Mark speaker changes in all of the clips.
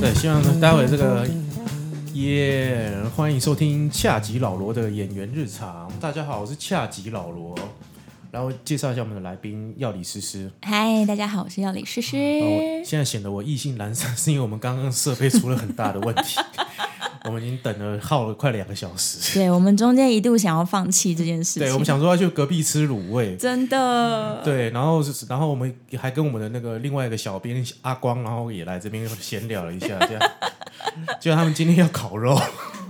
Speaker 1: 对，希望待会这个耶欢迎收听恰吉老罗的演员日常。大家好，我是恰吉老罗。然后介绍一下我们的来宾药理诗诗。
Speaker 2: 嗨，大家好，我是药理诗诗。
Speaker 1: 哦，我现在显得我意兴阑珊，是因为我们刚刚设备出了很大的问题，我们已经等了耗了快两个小时。
Speaker 2: 对我们中间一度想要放弃这件事情，
Speaker 1: 对，我们想说要去隔壁吃卤味。
Speaker 2: 真的，
Speaker 1: 对，然后就是然后我们还跟我们的那个另外一个小编阿光，然后也来这边闲聊了一下，这样。就他们今天要烤肉，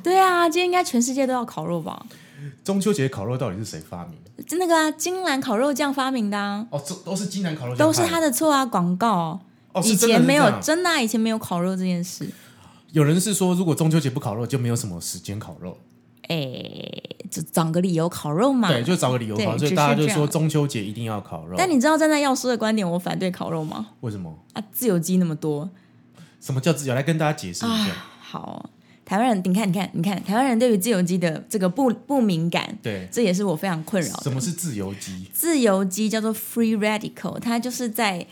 Speaker 2: 对啊，今天应该全世界都要烤肉吧？
Speaker 1: 中秋节烤肉到底是谁发明的？
Speaker 2: 就那个啊，金兰烤肉酱发明的、啊，
Speaker 1: 哦，这都是金南烤肉酱
Speaker 2: 都是
Speaker 1: 派
Speaker 2: 他的错啊，广告。
Speaker 1: 哦，是
Speaker 2: 以
Speaker 1: 真的
Speaker 2: 前
Speaker 1: 是
Speaker 2: 没
Speaker 1: 这
Speaker 2: 有
Speaker 1: 样
Speaker 2: 真的啊、以前没有烤肉这件事。
Speaker 1: 有人是说，如果中秋节不烤肉，就没有什么时间烤肉。
Speaker 2: 哎，就找个理由烤肉嘛。
Speaker 1: 对，就找个理由
Speaker 2: 对
Speaker 1: 烤，所
Speaker 2: 只
Speaker 1: 以
Speaker 2: 是
Speaker 1: 大家就
Speaker 2: 这样
Speaker 1: 说中秋节一定要烤肉。
Speaker 2: 但你知道站在药师的观点，我反对烤肉吗？
Speaker 1: 为什么？
Speaker 2: 啊，自由基那么多，啊
Speaker 1: 什么叫自由？来跟大家解释一下。
Speaker 2: 好，台湾人，你看，你看，你看，台湾人对于自由基的这个不不敏感，
Speaker 1: 对，
Speaker 2: 这也是我非常困扰的。
Speaker 1: 什么是自由基？
Speaker 2: 自由基叫做 free radical，它就是在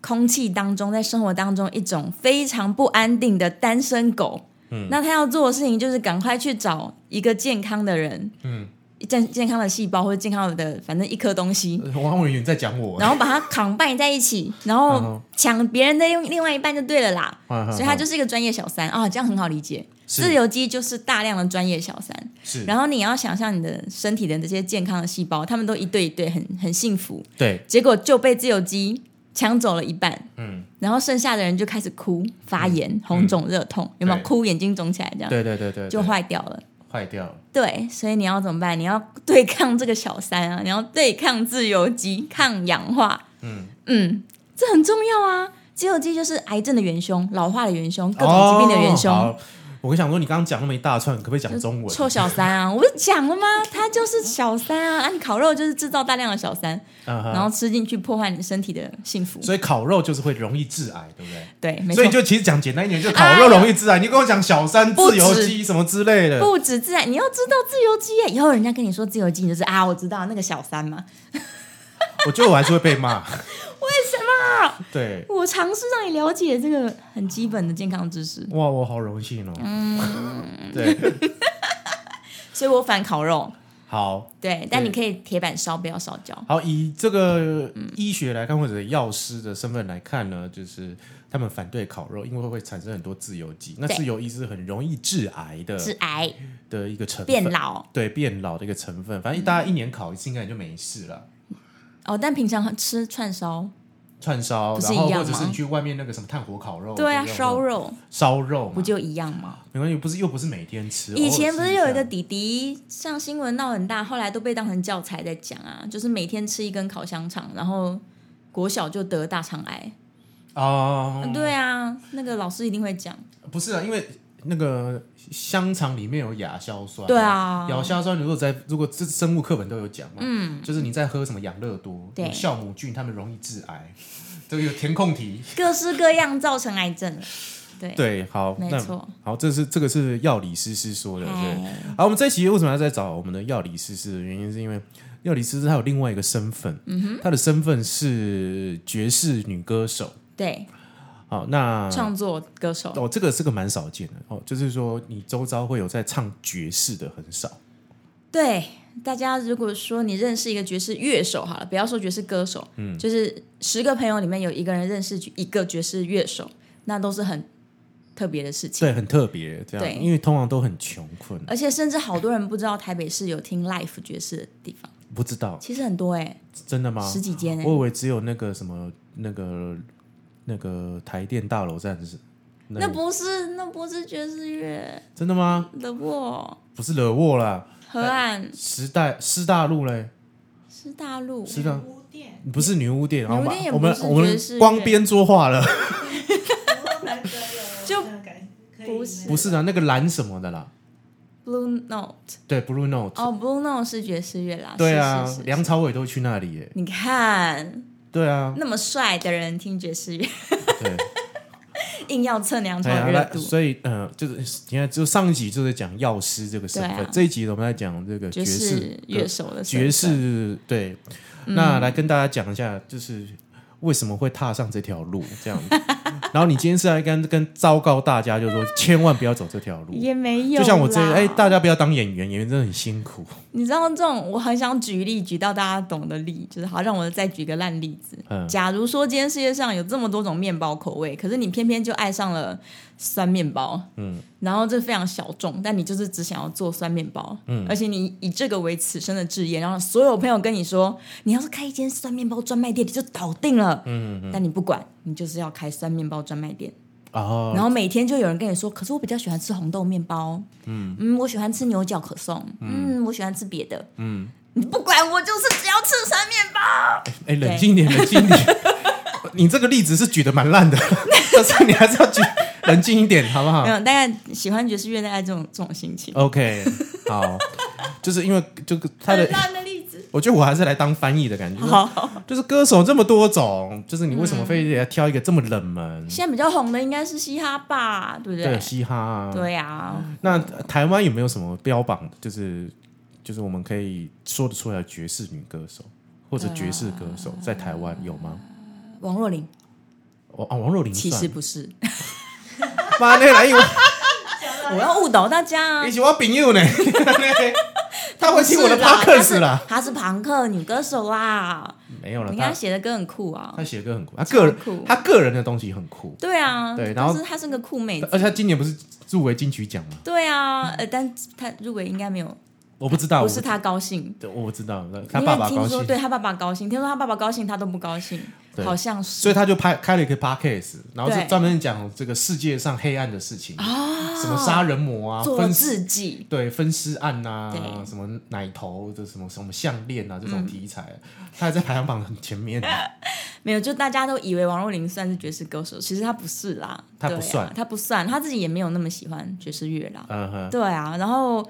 Speaker 2: 空气当中，在生活当中一种非常不安定的单身狗。嗯，那他要做的事情就是赶快去找一个健康的人，
Speaker 1: 嗯，
Speaker 2: 健健康的细胞或者健康的反正一颗 东西，
Speaker 1: 呃王委员在讲我，
Speaker 2: 然后把它 combine 在一起，然
Speaker 1: 嗯哼
Speaker 2: 后抢别人的另另外一半就对了啦。
Speaker 1: 嗯哼
Speaker 2: 所以他就是一个专业小三啊、这样很好理解。
Speaker 1: 是
Speaker 2: 自由基就是大量的专业小三，
Speaker 1: 是，
Speaker 2: 然后你要想象你的身体的这些健康的细胞，他们都一对一对很很幸福，
Speaker 1: 对，
Speaker 2: 结果就被自由基抢走了一半，
Speaker 1: 嗯，
Speaker 2: 然后剩下的人就开始哭、发炎、红肿、热痛，有没有
Speaker 1: 嗯对
Speaker 2: 哭？眼睛肿起来这样，
Speaker 1: 对对对对，
Speaker 2: 就
Speaker 1: 对
Speaker 2: 坏掉了。
Speaker 1: 坏掉了。
Speaker 2: 对，所以你要怎么办？你要对抗这个小三啊，你要对抗自由基，抗氧化。
Speaker 1: 嗯
Speaker 2: 嗯，这很重要啊。自由基就是癌症的元凶，老化的元凶，各种疾病的元凶。
Speaker 1: 哦好我跟想说，你刚刚讲那么一大串，可不可以讲中文？
Speaker 2: 臭小三啊！我不是讲了吗？他就是小三啊！啊，你烤肉就是制造大量的小三，
Speaker 1: 嗯哼
Speaker 2: 然后吃进去破坏你身体的幸福。
Speaker 1: 所以烤肉就是会容易致癌，对不对？
Speaker 2: 对，没
Speaker 1: 所
Speaker 2: 错
Speaker 1: 以。就其实讲简单一点，就烤肉容易致癌。你跟我讲小三
Speaker 2: 不
Speaker 1: 自
Speaker 2: 止
Speaker 1: 由基什么之类的，
Speaker 2: 不止自然，你要知道自由基耶。以后人家跟你说自由基，你就是啊，我知道那个小三嘛。
Speaker 1: 我觉得我还是会被 骂。为什么？对，
Speaker 2: 我尝试让你了解这个很基本的健康知识，
Speaker 1: 哇，我好荣幸哦。嗯， 对，
Speaker 2: 所以我反烤肉。
Speaker 1: 好
Speaker 2: 对，但
Speaker 1: 对
Speaker 2: 你可以铁板烧，不要烧焦。
Speaker 1: 好以这个医学来看，或者药师的身份来看呢，就是他们反对烤肉，因为会产生很多自由基。那
Speaker 2: 对
Speaker 1: 自由基是很容易致癌的
Speaker 2: 致癌、
Speaker 1: 的一个成
Speaker 2: 变
Speaker 1: 分，
Speaker 2: 老嗯
Speaker 1: 对变老的一个成分。反正大家一年烤一次，应该也就没事了。
Speaker 2: 哦，但平常吃串烧，
Speaker 1: 哦串烧，
Speaker 2: 不是
Speaker 1: 然后
Speaker 2: 一样
Speaker 1: 或者是
Speaker 2: 吗
Speaker 1: 你去外面那个什么炭火烤肉，
Speaker 2: 对啊，
Speaker 1: 不哦
Speaker 2: 烧肉
Speaker 1: 烧肉嘛
Speaker 2: 不就一样吗？
Speaker 1: 没关系，不是又不是每天吃。
Speaker 2: 以前
Speaker 1: 偶
Speaker 2: 不
Speaker 1: 尔吃
Speaker 2: 是有一
Speaker 1: 下
Speaker 2: 个弟弟上新闻闹很大，后来都被当成教材在讲啊，就是每天吃一根烤香肠，然后国小就得大肠癌。
Speaker 1: 哦、
Speaker 2: 对啊，那个老师一定会讲。
Speaker 1: 不是啊，因为那个香肠里面有亚硝酸，
Speaker 2: 对，啊，
Speaker 1: 亚硝酸如果在如果这生物课本都有讲嘛，嗯，就是你在喝什么养乐多，
Speaker 2: 对
Speaker 1: 有酵母菌它们容易致癌， 这个有填空题。
Speaker 2: 各式各样造成癌症了。对，
Speaker 1: 对，好，
Speaker 2: 没
Speaker 1: 那
Speaker 2: 错
Speaker 1: 好，这是这个是药理师师说的，对。
Speaker 2: 哎
Speaker 1: 好，我们这一期为什么要再找我们的药理师师的原因，是因为药理师师他有另外一个身份，嗯哼，他的身份是爵士女歌手。
Speaker 2: 对，嗯
Speaker 1: 好，那
Speaker 2: 创作歌手
Speaker 1: 哦，这个是个蛮少见的哦，就是说你周遭会有在唱爵士的很少，
Speaker 2: 对大家，如果说你认识一个爵士乐手，好了，不要说爵士歌手，嗯，就是十个朋友里面有一个人认识一个爵士乐手，那都是很特别的事情。
Speaker 1: 对，很特别这
Speaker 2: 对
Speaker 1: 样，因为通常都很穷困，啊
Speaker 2: 而且甚至好多人不知道台北市有听 l i f e 爵士的地方，
Speaker 1: 不知道
Speaker 2: 其实很多哎、
Speaker 1: 真的吗？
Speaker 2: 十几间哎、
Speaker 1: 我以为只有那个什么那个那个台电大楼站是，
Speaker 2: 那不是那不是爵士乐
Speaker 1: 真的吗？
Speaker 2: 的沃
Speaker 1: 不是惹沃啦，
Speaker 2: 河岸
Speaker 1: 时代师大路嘞，
Speaker 2: 是大陆，
Speaker 1: 师大不是女巫店，然后
Speaker 2: 女巫店也
Speaker 1: 我们
Speaker 2: 不是
Speaker 1: 我们
Speaker 2: 爵士乐
Speaker 1: 光边桌化了，
Speaker 2: 就不
Speaker 3: 不
Speaker 2: 是
Speaker 1: 不是啊，那个蓝什么的啦，
Speaker 2: Blue Note
Speaker 1: 对，Blue Note，
Speaker 2: 哦，Blue Note 是爵士乐啦，
Speaker 1: 对啊
Speaker 2: 是是，是
Speaker 1: 梁朝伟都去那里耶，
Speaker 2: 你看
Speaker 1: 对啊，
Speaker 2: 那么帅的人听爵士乐，
Speaker 1: 对。
Speaker 2: 硬要蹭梁朝
Speaker 1: 哎呀，
Speaker 2: 伟热
Speaker 1: 那
Speaker 2: 度，
Speaker 1: 所以呃，就是你看，就上一集就在讲药师这个身份，
Speaker 2: 对啊
Speaker 1: 这一集我们在讲这个
Speaker 2: 爵
Speaker 1: 士呃
Speaker 2: 士乐手的
Speaker 1: 爵
Speaker 2: 身份嗯
Speaker 1: 士对。那来跟大家讲一下，就是为什么会踏上这条路，这样。 然后你今天是来跟跟昭告大家，就是说千万不要走这条路。
Speaker 2: 也没有啦。
Speaker 1: 就像我这哎，大家不要当演员，演员真的很辛苦。
Speaker 2: 你知道这种，我很想举例举到大家懂的例，就是好让我再举个烂例子。
Speaker 1: 嗯
Speaker 2: 假如说今天世界上有这么多种面包口味，可是你偏偏就爱上了酸面包，
Speaker 1: 嗯，
Speaker 2: 然后这非常小众，但你就是只想要做酸面包，嗯，而且你以这个为此生的志业，然后所有朋友跟你说，你要是开一间酸面包专卖店，你就倒定了，嗯但你不管，你就是要开酸面包专卖店。
Speaker 1: 哦，
Speaker 2: 然后每天就有人跟你说，可是我比较喜欢吃红豆面包，嗯我喜欢吃牛角可颂，嗯我喜欢吃别的，嗯， 你不管我就是只要吃酸面包，
Speaker 1: 哎，冷静一点，冷静一点。 你这个例子是举的蛮烂的， 但是你还是要举冷静一点，好不好
Speaker 2: 没？有，大概喜欢爵士乐大概这种这种心情，
Speaker 1: OK，好，就是因为这个他的
Speaker 2: 很，烂的例子，
Speaker 1: 我觉得我还是来当翻译的感觉。
Speaker 2: 好，好
Speaker 1: 就是歌手这么多种，就是你为什么非得要挑一个这么冷门？
Speaker 2: 现在比较红的应该是嘻哈吧，对不
Speaker 1: 对，
Speaker 2: 对？
Speaker 1: 嘻哈啊。
Speaker 2: 对啊，
Speaker 1: 那呃台湾有没有什么标榜的？就是就是我们可以说得出来的爵士女歌手或者爵士歌手，
Speaker 2: 嗯
Speaker 1: 在台湾有吗？
Speaker 2: 王若琳
Speaker 1: 哦，啊王若琳
Speaker 2: 其
Speaker 1: 算
Speaker 2: 实不是，
Speaker 1: 妈那来一我
Speaker 2: 我要误导大家啊
Speaker 1: 一，起我朋 友呢，他会听我的 podcast 啦。
Speaker 2: 她是朋克女歌手啦，
Speaker 1: 没有了，
Speaker 2: 你看她
Speaker 1: 他
Speaker 2: 写的歌很酷啊
Speaker 1: 他，写歌很酷，他个人
Speaker 2: 超酷
Speaker 1: 他个人的东西很酷，
Speaker 2: 对啊，
Speaker 1: 对然后
Speaker 2: 但是她是个酷妹子。
Speaker 1: 而且他今年不是入围金曲奖吗？
Speaker 2: 对啊，呃，但他入围应该没有，
Speaker 1: 我不知道，
Speaker 2: 不
Speaker 1: 我
Speaker 2: 是他高兴，
Speaker 1: 对我不知道，他爸爸
Speaker 2: 因为
Speaker 1: 高
Speaker 2: 听说
Speaker 1: 兴，
Speaker 2: 对他爸爸高兴，听说他爸爸高兴，他都不高兴，
Speaker 1: 对
Speaker 2: 好像是。
Speaker 1: 所以他就拍开了一个 podcast，然后是
Speaker 2: 对
Speaker 1: 专门讲这个世界上黑暗的事情什么杀人魔啊，
Speaker 2: 做
Speaker 1: 分
Speaker 2: 自己，
Speaker 1: 对分尸案呐、
Speaker 2: 对嗯
Speaker 1: 什么奶头的什么什么项链啊这种题材，他还在排行榜很前面。啊
Speaker 2: 没有，就大家都以为王若琳算是爵士歌手，其实她不是啦，
Speaker 1: 她
Speaker 2: 对
Speaker 1: 不算
Speaker 2: 啊，她不算，她自己也没有那么喜欢爵士乐啦，
Speaker 1: 嗯哼，
Speaker 2: 对啊，然后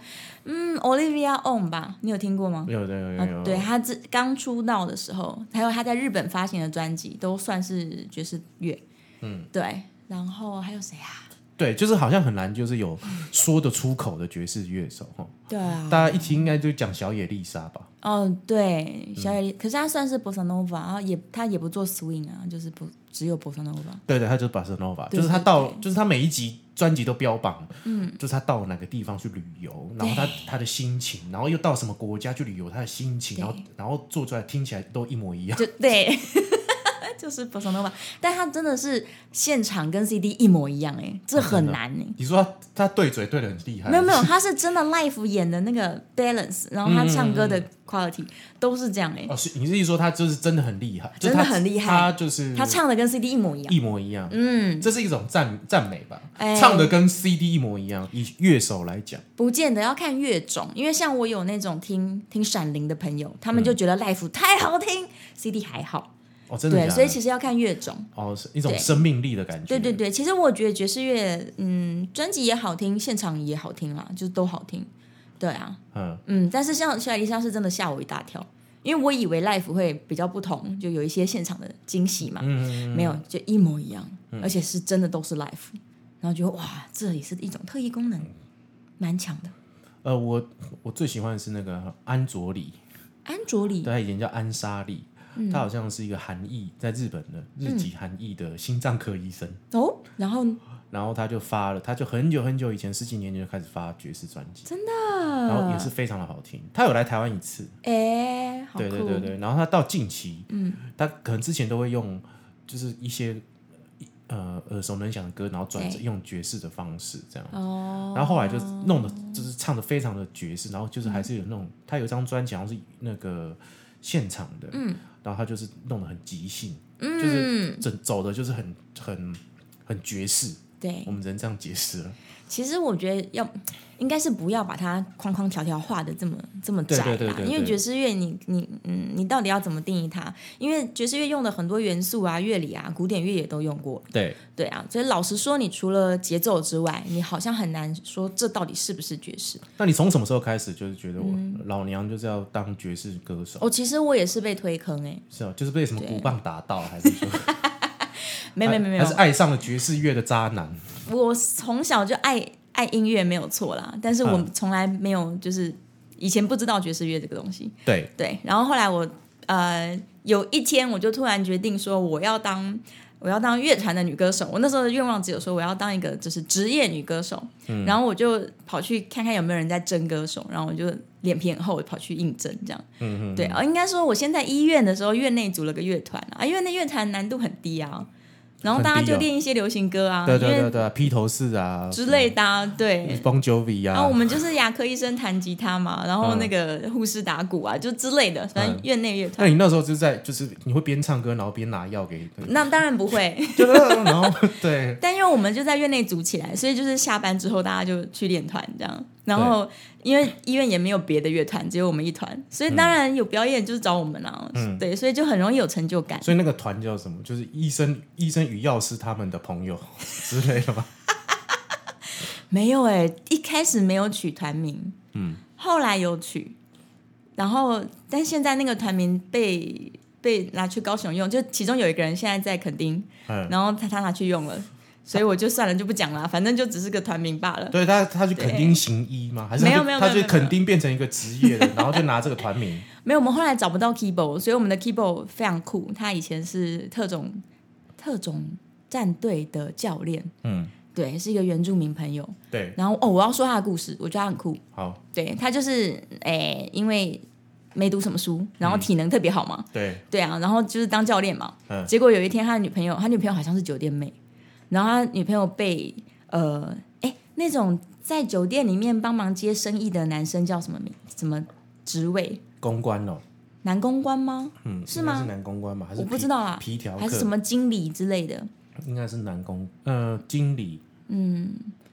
Speaker 2: 嗯，Olivia On 吧，你有听过吗？
Speaker 1: 有的有有
Speaker 2: 啊
Speaker 1: 有，
Speaker 2: 对她这刚出道的时候，还有她在日本发行的专辑，都算是爵士乐，嗯，对，然后还有谁啊？
Speaker 1: 对就是好像很难，就是有说得出口的爵士乐手哈。
Speaker 2: 对啊，
Speaker 1: 大家一听应该就讲小野丽莎吧？
Speaker 2: 哦，
Speaker 1: 嗯
Speaker 2: 对，小野丽，可是她算是 bossa nova，然后也她也不做 swing 啊，就是不只有 bossa nova。
Speaker 1: 对对，他就是 Barcelona，
Speaker 2: 对
Speaker 1: 就是他到，
Speaker 2: 对
Speaker 1: 就是他每一集专辑都标榜，嗯，就是他到哪个地方去旅游，然后他他的心情，然后又到什么国家去旅游，他的心情，
Speaker 2: 对
Speaker 1: 然后然后做出来听起来都一模一样。
Speaker 2: 就 对，就是 bossa nova，但她真的是现场跟 CD 一模一样哎、这
Speaker 1: 哦
Speaker 2: 很难哎、
Speaker 1: 你说他他对嘴对的很厉害，
Speaker 2: 没有没有，她是真的 l i f e 演的那个 balance，然后她唱歌的 quality 都是这样哎、
Speaker 1: 嗯哦，是你是意思说他就是真的很厉害，就是
Speaker 2: 真的
Speaker 1: 他
Speaker 2: 很厉害
Speaker 1: 他就是
Speaker 2: 她唱的跟 CD 一模一样。
Speaker 1: 一模一样，
Speaker 2: 嗯，
Speaker 1: 这是一种赞赞美吧？
Speaker 2: 哎
Speaker 1: 唱的跟 CD 一模一样，以乐手来讲，
Speaker 2: 不见得要看乐种，因为像我有那种听听闪灵的朋友，他
Speaker 1: 嗯
Speaker 2: 们就觉得 l i f e 太好听、c d 还好。
Speaker 1: 哦，真的假
Speaker 2: 对，
Speaker 1: 的
Speaker 2: 所以其实要看乐种。
Speaker 1: 哦是一种
Speaker 2: 对
Speaker 1: 生命力的感觉，
Speaker 2: 对对对，其实我觉得爵士乐，嗯，专辑也好听，现场也好听啦，就是都好听。对啊，
Speaker 1: 嗯，
Speaker 2: 嗯，但是像小野丽莎是真的吓我一大跳，因为我以为 l i f e 会比较不同，就有一些现场的惊喜嘛，
Speaker 1: 嗯
Speaker 2: 没有，就一模一样，而且是真的都是 l i f e 然后觉得哇，这也是一种特异功能，蛮强的。
Speaker 1: 呃，我我最喜欢的是那个安卓里。
Speaker 2: 安卓里
Speaker 1: 对，他以前叫安莎莉，他好像是一个韩裔，在日本的日籍韩裔的心脏科医生。
Speaker 2: 哦，然后
Speaker 1: 然后他就发了，他就很久很久以前，十几年前就开始发爵士专辑，真的，然后也是非常的好听。他有来台湾一次，
Speaker 2: 哎，好酷，
Speaker 1: 对对对对。然后他到近期，嗯，他可能之前都会用就是一些呃耳熟能详的歌，然后转
Speaker 2: 对
Speaker 1: 用爵士的方式这样。
Speaker 2: 哦，
Speaker 1: 然后后来就弄的，就是唱的非常的爵士，然后就是还是有那
Speaker 2: 嗯
Speaker 1: 种，他有一张专辑好像是那个现场的，嗯，然后他就是弄得很即兴，
Speaker 2: 嗯
Speaker 1: 就是整走的就是很很很爵士，
Speaker 2: 对
Speaker 1: 我，们只能这样解释了。
Speaker 2: 其实我觉得要应该是不要把它框框条条画的这么这么窄啦，
Speaker 1: 对对对对对
Speaker 2: 因为爵士乐你你嗯你到底要怎么定义它？因为爵士乐用的很多元素啊，乐理啊，古典乐也都用过，
Speaker 1: 对，
Speaker 2: 对啊，所以老实说，你除了节奏之外，你好像很难说这到底是不是爵士。
Speaker 1: 那你从什么时候开始就是觉得我老娘就是要当爵士歌手？
Speaker 2: 嗯哦，其实我也是被推坑哎、
Speaker 1: 是啊，就是被什么鼓棒打到，还是说
Speaker 2: 没有没有没
Speaker 1: 呃
Speaker 2: 有没
Speaker 1: 还是
Speaker 2: 有，
Speaker 1: 爱上了爵士乐的渣男？
Speaker 2: 我从小就爱爱音乐没有错啦，但是我
Speaker 1: 嗯
Speaker 2: 从来没有就是以前不知道爵士乐这个东西，
Speaker 1: 对，
Speaker 2: 对，然后后来我呃有一天我就突然决定说我要当我要当乐团的女歌手。我那时候的愿望只有说我要当一个就是职业女歌手，
Speaker 1: 嗯
Speaker 2: 然后我就跑去看看有没有人在争歌手，然后我就脸皮很厚，我跑去应征这样。嗯嗯，对啊，应该说我先在医院的时候，院内组了个乐团啊，因为那乐团难度很低啊，然后大家
Speaker 1: 很低
Speaker 2: 就
Speaker 1: 哦
Speaker 2: 练一些流行歌啊，
Speaker 1: 对对
Speaker 2: 因
Speaker 1: 对嗯
Speaker 2: 为
Speaker 1: 对，披头士啊
Speaker 2: 之类的、啊，对。
Speaker 1: ，Bon Jovi
Speaker 2: 然后
Speaker 1: 啊，
Speaker 2: 我们就是牙科医生弹吉他嘛，然后那个护士打鼓啊，就之类的，反
Speaker 1: 嗯
Speaker 2: 正院内乐团。
Speaker 1: 那你那时候就是在就是你会边唱歌然后边拿药给，
Speaker 2: 那当然不会，
Speaker 1: 对然后 对，
Speaker 2: 但因为我们就在院内组起来，所以就是下班之后大家就去练团这样。然后因为医院也没有别的乐团，只有我们一团，所以当然有表演就是找我们啊。
Speaker 1: 嗯
Speaker 2: 对，所以就很容易有成就感。
Speaker 1: 所以那个团叫什么？就是医生医生与药师他们的朋友 之类的吧？
Speaker 2: 没有哎、一开始没有取团名，
Speaker 1: 嗯，
Speaker 2: 后来有取，然后但现在那个团名被被拿去高雄用，就其中有一个人现在在垦丁，
Speaker 1: 嗯，
Speaker 2: 然后他他拿去用了，所以我就算了就不讲了，反正就只是个团名罢了。
Speaker 1: 对他他去垦丁行医吗？还是他
Speaker 2: 没有
Speaker 1: 就
Speaker 2: 没有
Speaker 1: 他
Speaker 2: 没有
Speaker 1: 去垦丁变成一个职业 的，然后就拿这个团名。
Speaker 2: 没有，我们后来找不到 Kibo，所以我们的 Kibo 非常酷，他以前是特种特种战队的教练，
Speaker 1: 嗯，
Speaker 2: 对，是一个原住民朋友。
Speaker 1: 对，
Speaker 2: 然后哦，我要说他的故事，我觉得他很酷。
Speaker 1: 好，
Speaker 2: 对他就是诶、因为没读什么书，然后
Speaker 1: 嗯
Speaker 2: 体能特别好嘛，
Speaker 1: 对，
Speaker 2: 对啊，然后就是当教练嘛。
Speaker 1: 嗯
Speaker 2: 结果有一天，他的女朋友，他女朋友好像是酒店妹，然后他女朋友被呃，哎，那种在酒店里面帮忙接生意的男生叫什么名？什么职位？
Speaker 1: 公关哦，
Speaker 2: 男公关吗？
Speaker 1: 嗯，
Speaker 2: 是
Speaker 1: 应该
Speaker 2: 吗
Speaker 1: 是男公关吗？还是
Speaker 2: 我不
Speaker 1: 皮
Speaker 2: 知道啊
Speaker 1: 皮条
Speaker 2: 还是
Speaker 1: 客
Speaker 2: 什么经理之类的？
Speaker 1: 应该是男公，呃，经理，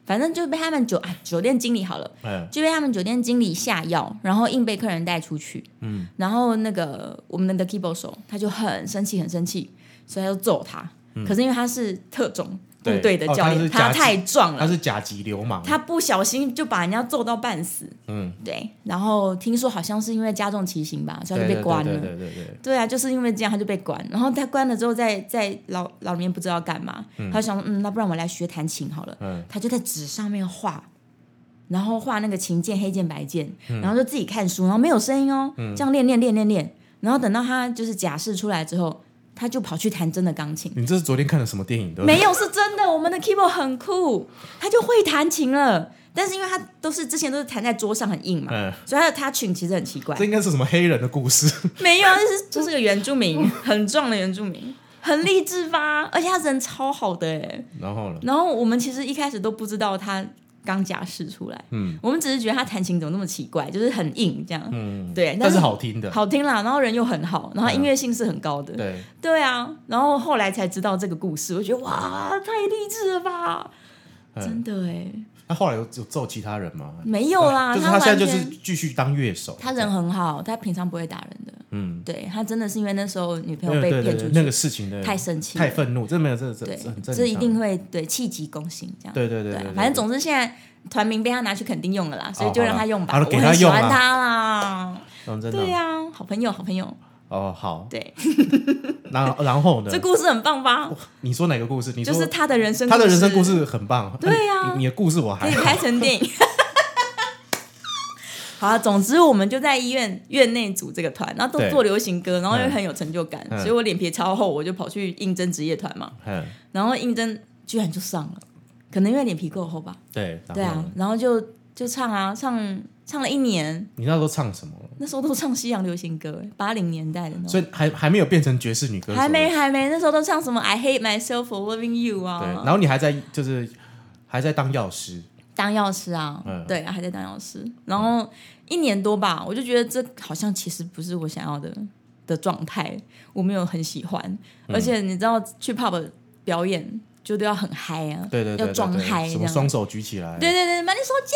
Speaker 2: 反正就被他们酒啊酒店经理好了，
Speaker 1: 嗯
Speaker 2: 就被他们酒店经理下药，然后硬被客人带出去。
Speaker 1: 嗯，
Speaker 2: 然后那个我们的 keyboard 手他就很生气，很生气，所以他就揍他。可是因为他是特种部
Speaker 1: 嗯对
Speaker 2: 队的
Speaker 1: 哦
Speaker 2: 教
Speaker 1: 他
Speaker 2: 练，
Speaker 1: 是
Speaker 2: 他
Speaker 1: 甲级
Speaker 2: 太壮了
Speaker 1: 他，是甲级流氓，
Speaker 2: 他不小心就把人家揍到半死，
Speaker 1: 嗯，
Speaker 2: 对。然后听说好像是因为加重其刑吧，所以
Speaker 1: 对
Speaker 2: 他就
Speaker 1: 对
Speaker 2: 被关了。
Speaker 1: 对对对对对，
Speaker 2: 对啊，就是因为这样他就被关，然后他关了之后在，在牢牢里面不知道干嘛，他就想说，嗯，那不然我来学弹琴好了，
Speaker 1: 嗯
Speaker 2: 他就在纸上面画，然后画那个琴键黑键白键，
Speaker 1: 嗯
Speaker 2: 然后就自己看书，然后没有声音哦，这样练练练练练，然后等到他就是假释出来之后，他就跑去弹真的钢琴，
Speaker 1: 你这是昨天看了什么电影？对不对
Speaker 2: 没有是真的，我们的 keyboard 很酷，他就会弹琴了，但是因为他都是之前都是弹在桌上很硬嘛，
Speaker 1: 嗯
Speaker 2: 所以他的他群其实很奇怪
Speaker 1: 这，应该是什么黑人的故事？
Speaker 2: 没有，就是就是个原住民，很壮的原住民，很励志吧？而且他人超好的哎。
Speaker 1: 然后呢？
Speaker 2: 然后我们其实一开始都不知道他刚假释出来，嗯，我们只是觉得他弹琴怎么那么奇怪，就是很硬这样，嗯，对，
Speaker 1: 但
Speaker 2: 是
Speaker 1: 是好听的，嗯
Speaker 2: 好听啦，然后人又很好，然后音乐性是很高的，
Speaker 1: 对，
Speaker 2: 对啊，然后后来才知道这个故事，我觉得哇，太励志了吧，
Speaker 1: 嗯
Speaker 2: 真的哎，
Speaker 1: 他后来有有揍其他人吗？
Speaker 2: 没有啦，
Speaker 1: 哎就是
Speaker 2: 他
Speaker 1: 他现在就
Speaker 2: 完全
Speaker 1: 是继续当乐手，
Speaker 2: 他人很好，他平常不会打人的，
Speaker 1: 嗯，
Speaker 2: 对他真的是因为那时候女朋友
Speaker 1: 对
Speaker 2: 被
Speaker 1: 对
Speaker 2: 骗
Speaker 1: 对
Speaker 2: 出
Speaker 1: 对
Speaker 2: 去，
Speaker 1: 那个事情的
Speaker 2: 太生气了，
Speaker 1: 太愤怒，这没有这这
Speaker 2: 对
Speaker 1: 这很，正
Speaker 2: 这一定
Speaker 1: 常。
Speaker 2: 会对气急攻心这样。
Speaker 1: 对对对
Speaker 2: 啊
Speaker 1: 对对哦
Speaker 2: 反正总之现在团名被他拿去肯定用了啦，所以就让他用吧，
Speaker 1: 好了
Speaker 2: 我
Speaker 1: 给他
Speaker 2: 很喜
Speaker 1: 用
Speaker 2: 欢
Speaker 1: 啦
Speaker 2: 他啦。
Speaker 1: 嗯，真的
Speaker 2: 对呀，好朋友，好朋友，
Speaker 1: 哦，好，
Speaker 2: 对，
Speaker 1: 然后然后呢
Speaker 2: 这？故事很棒吧？
Speaker 1: 你说哪个故事？哦你
Speaker 2: 就
Speaker 1: 说
Speaker 2: 是他的人生，
Speaker 1: 他的人生故事很棒，
Speaker 2: 对呀
Speaker 1: 嗯你你的故事我
Speaker 2: 可
Speaker 1: 还
Speaker 2: 以拍成电影。 好啊，总之我们就在医院院内组这个团，然后都
Speaker 1: 对
Speaker 2: 做流行歌，然后又
Speaker 1: 嗯
Speaker 2: 很有成就感，
Speaker 1: 嗯
Speaker 2: 所以我脸皮超厚，我就跑去应征职业团嘛，
Speaker 1: 嗯，
Speaker 2: 然后应征居然就上了，可能因为脸皮够厚吧。
Speaker 1: 对，然后
Speaker 2: 对啊
Speaker 1: 呢，
Speaker 2: 然后就就唱啊，唱唱了一年，
Speaker 1: 你那时候唱什么？
Speaker 2: 那时候都唱西洋流行歌，八零年代的那种，
Speaker 1: 所以还还没有变成爵士女歌手，
Speaker 2: 嗯还没还没，那时候都唱什么 I hate myself for loving you
Speaker 1: 对，然
Speaker 2: 啊，
Speaker 1: 后你还在就是还在当药师，
Speaker 2: 当药师啊，
Speaker 1: 嗯
Speaker 2: 对，还在当药师，然后一年多吧，我就觉得这好像其实不是我想要的的状态，我没有很喜欢，
Speaker 1: 嗯
Speaker 2: 而且你知道去 pub 表演就都要很嗨啊，
Speaker 1: 对对对，
Speaker 2: 要装
Speaker 1: 对对
Speaker 2: 嗨
Speaker 1: 什
Speaker 2: 这
Speaker 1: 么
Speaker 2: 样，
Speaker 1: 双手举起来，
Speaker 2: 对对对，把你手借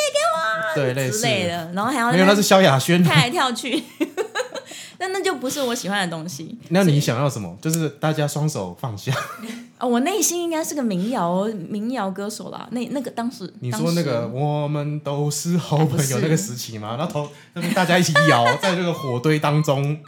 Speaker 1: 对，类
Speaker 2: 之
Speaker 1: 似
Speaker 2: 类的，然后还要
Speaker 1: 没有，
Speaker 2: 在
Speaker 1: 那是萧亚轩。
Speaker 2: 跳来跳去，那那就不是我喜欢的东西。
Speaker 1: 那你想要什么？就是大家双手放 下。
Speaker 2: 哦，我内心应该是个民谣民谣歌手啦。那那个当时，
Speaker 1: 你
Speaker 2: 当
Speaker 1: 说
Speaker 2: 时
Speaker 1: 那个我们都是好朋
Speaker 2: 不是
Speaker 1: 友那个时期吗？然后头那边大家一起 摇，在这个火堆当中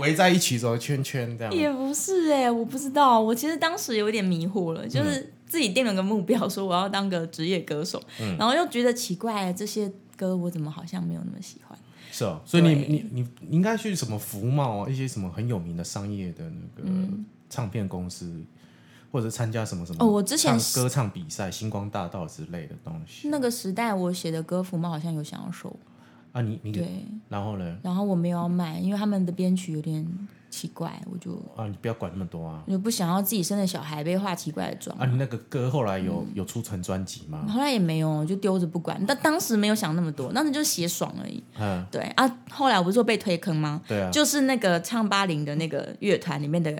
Speaker 1: 围在一起走圈圈这样。
Speaker 2: 也不是哎、我不知道。我其实当时有点迷惑了，
Speaker 1: 嗯
Speaker 2: 就是自己定了个目标，说我要当个职业歌手，
Speaker 1: 嗯
Speaker 2: 然后又觉得奇怪，啊这些歌我怎么好像没有那么喜欢。
Speaker 1: 是哦，所以你
Speaker 2: 对
Speaker 1: 你你你应该去什么福茂啊，一些什么很有名的商业的那个唱片公司，或者参加什么什么
Speaker 2: 嗯哦我之前
Speaker 1: 唱歌唱比赛、星光大道之类的东西
Speaker 2: 那个时代我写的歌服嘛，好像有想要收，
Speaker 1: 啊，你你
Speaker 2: 嗯对，
Speaker 1: 然后呢？
Speaker 2: 然后我没有要卖，因为他们的编曲有点奇怪，我就
Speaker 1: 啊，你不要管那么多啊！
Speaker 2: 我就不想要自己生的小孩被画奇怪的妆。
Speaker 1: 啊，你那个歌后来
Speaker 2: 嗯
Speaker 1: 有、有出成专辑吗？
Speaker 2: 后来也没有，就丢着不管。但当时没有想那么多，当时就写爽而已。
Speaker 1: 嗯，
Speaker 2: 对啊，后来我不是说被推坑吗？
Speaker 1: 对啊，
Speaker 2: 就是那个唱八零的那个乐团里面的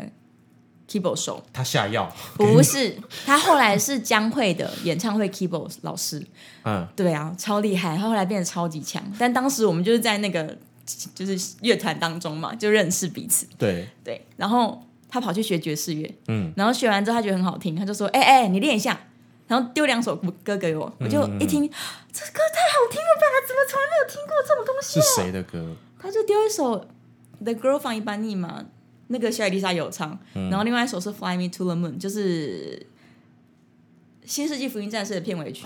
Speaker 2: keyboard 手，
Speaker 1: 他下 药，
Speaker 2: 不是他后来是江蕙的演唱会 keyboard 老师。
Speaker 1: 嗯，
Speaker 2: 对啊，超厉害，他后来变得超级强。但当时我们就是在那个就是乐团当中嘛，就认识彼此。
Speaker 1: 对，
Speaker 2: 对，然后他跑去学爵士乐，
Speaker 1: 嗯，
Speaker 2: 然后学完之后他觉得很好听，他就说：“哎、哎、你练一下。”然后丢两首歌给我，我就一听，这歌太好听了吧？怎么从来没有听过这种东西
Speaker 1: 是？谁的歌？
Speaker 2: 他就丢一首《The Girl from Ipanema》，那个小艾丽莎有唱，
Speaker 1: 嗯
Speaker 2: 然后另外一首是《Fly Me to the Moon》，就是《新世纪福音战士》的片尾 曲，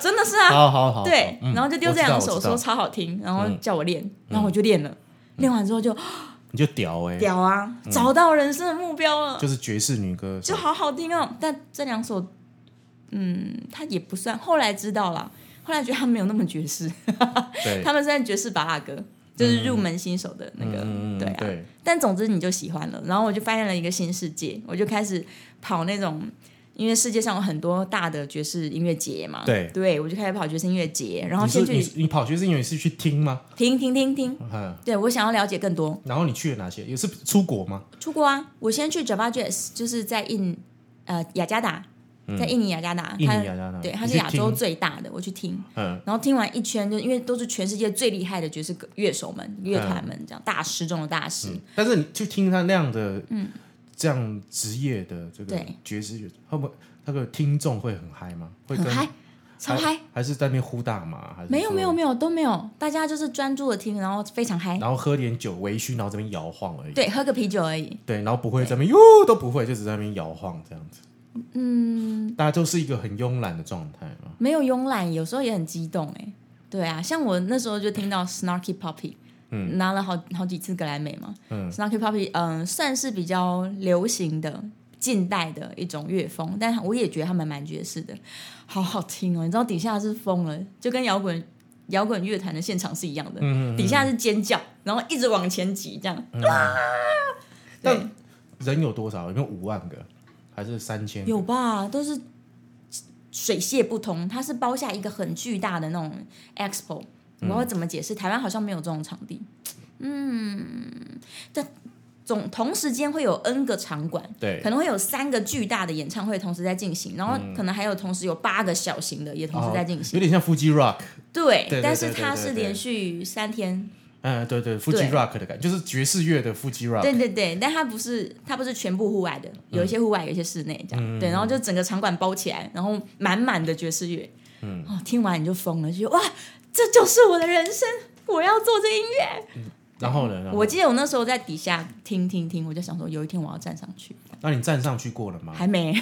Speaker 2: 真的是啊，
Speaker 1: 好好好，
Speaker 2: 对，
Speaker 1: 嗯
Speaker 2: 然后就丢这两
Speaker 1: 我
Speaker 2: 首
Speaker 1: 知道
Speaker 2: 说
Speaker 1: 我知道
Speaker 2: 超好听，然后叫我练，然后我就练
Speaker 1: 嗯
Speaker 2: 了，练完之后就
Speaker 1: 你就屌哎、
Speaker 2: 屌啊，找到人生的目标了，
Speaker 1: 就是爵士女歌手
Speaker 2: 就好好听哦。但这两首，嗯，他也不算。后来知道了，后来觉得他没有那么爵士，
Speaker 1: 对，
Speaker 2: 他们是在爵士巴拉歌，就是入门新手的那个，
Speaker 1: 嗯嗯嗯
Speaker 2: 对啊。
Speaker 1: 对，
Speaker 2: 但总之你就喜欢了，然后我就发现了一个新世界，我就开始跑那种，因为世界上有很多大的爵士音乐节嘛，
Speaker 1: 对
Speaker 2: 我就开始跑爵士音乐节，然后
Speaker 1: 你是
Speaker 2: 先
Speaker 1: 你
Speaker 2: 去
Speaker 1: 是你跑爵士音乐是去听吗？
Speaker 2: 听听听听，
Speaker 1: 嗯，
Speaker 2: 对我想要了解更多，
Speaker 1: 然后你去了哪些？也是出国吗？
Speaker 2: 出国啊，我先去 Java Jazz，就是在印呃雅加达，在印尼雅加达，
Speaker 1: 嗯印
Speaker 2: 它
Speaker 1: 尼啊，加拿大
Speaker 2: 对，它
Speaker 1: 你
Speaker 2: 是
Speaker 1: 去
Speaker 2: 亚洲
Speaker 1: 听
Speaker 2: 最大的，我去听，
Speaker 1: 嗯
Speaker 2: 然后听完一圈，就因为都是全世界最厉害的爵士歌乐手们、乐团们，这样大师中的大师，
Speaker 1: 嗯，但是你去听他那样的，嗯，这样职业的这个
Speaker 2: 对
Speaker 1: 爵士乐，会不会那个听众会很嗨吗？会
Speaker 2: 很
Speaker 1: 跟
Speaker 2: 嗨，超
Speaker 1: 还
Speaker 2: 嗨。
Speaker 1: 还是在那边呼大麻？还是
Speaker 2: 没有
Speaker 1: 说
Speaker 2: 没有，没有都没有，大家就是专注的听，然后非常嗨，
Speaker 1: 然后喝点酒微醺，然后这边摇晃而已。
Speaker 2: 对，喝个啤酒而已。
Speaker 1: 对，然后不会在那边哟都不会，就只在那边摇晃这样子。嗯，大家都是一个很慵懒的状态嘛。
Speaker 2: 没有慵懒，有时候也很激动哎、对啊，像我那时候就听到 Snarky Puppy，嗯，拿了好好几次格莱美嘛，
Speaker 1: 嗯
Speaker 2: ，Snarky Puppy，嗯、算是比较流行的近代的一种乐风，但我也觉得他们蛮爵士的，好好听哦，你知道底下是疯了，就跟摇滚。摇滚乐团的现场是一样的，
Speaker 1: 嗯
Speaker 2: 底下是尖叫，然后一直往前挤，这样、啊！对
Speaker 1: 但人有多少？有没有五万个？还是三千？
Speaker 2: 有吧？都是水泄不通，它是包下一个很巨大的那种 expo。我
Speaker 1: 嗯
Speaker 2: 要怎么解释？台湾好像没有这种场地。嗯，但总同时间会有 N 个场馆，
Speaker 1: 对嗯
Speaker 2: 可能会有三个巨大的演唱会同时在进行，然后可能还有同时有八个小型的也同时在进
Speaker 1: 哦有
Speaker 2: 行。
Speaker 1: 点像 Fuji Rock，
Speaker 2: 对
Speaker 1: 对对，
Speaker 2: 但是
Speaker 1: 对对
Speaker 2: 它
Speaker 1: 对
Speaker 2: 是
Speaker 1: 对
Speaker 2: 连续三天，
Speaker 1: 嗯，对对，Fuji
Speaker 2: 对
Speaker 1: Rock 的感觉，就是爵士乐的 Fuji Rock，
Speaker 2: 对对对，但它不是它不是全部户外的，
Speaker 1: 嗯
Speaker 2: 有一些户外，有一些室内这样。对，然后就整个场馆包起来，然后满满的爵士乐。嗯，哦，听完你就疯了，就觉得哇，这就是我的人生，我要做这音乐。
Speaker 1: 然后呢？然后
Speaker 2: 我记得我那时候在底下听听听，我就想说，有一天我要站上去，
Speaker 1: 那你站上去过了吗？
Speaker 2: 还没，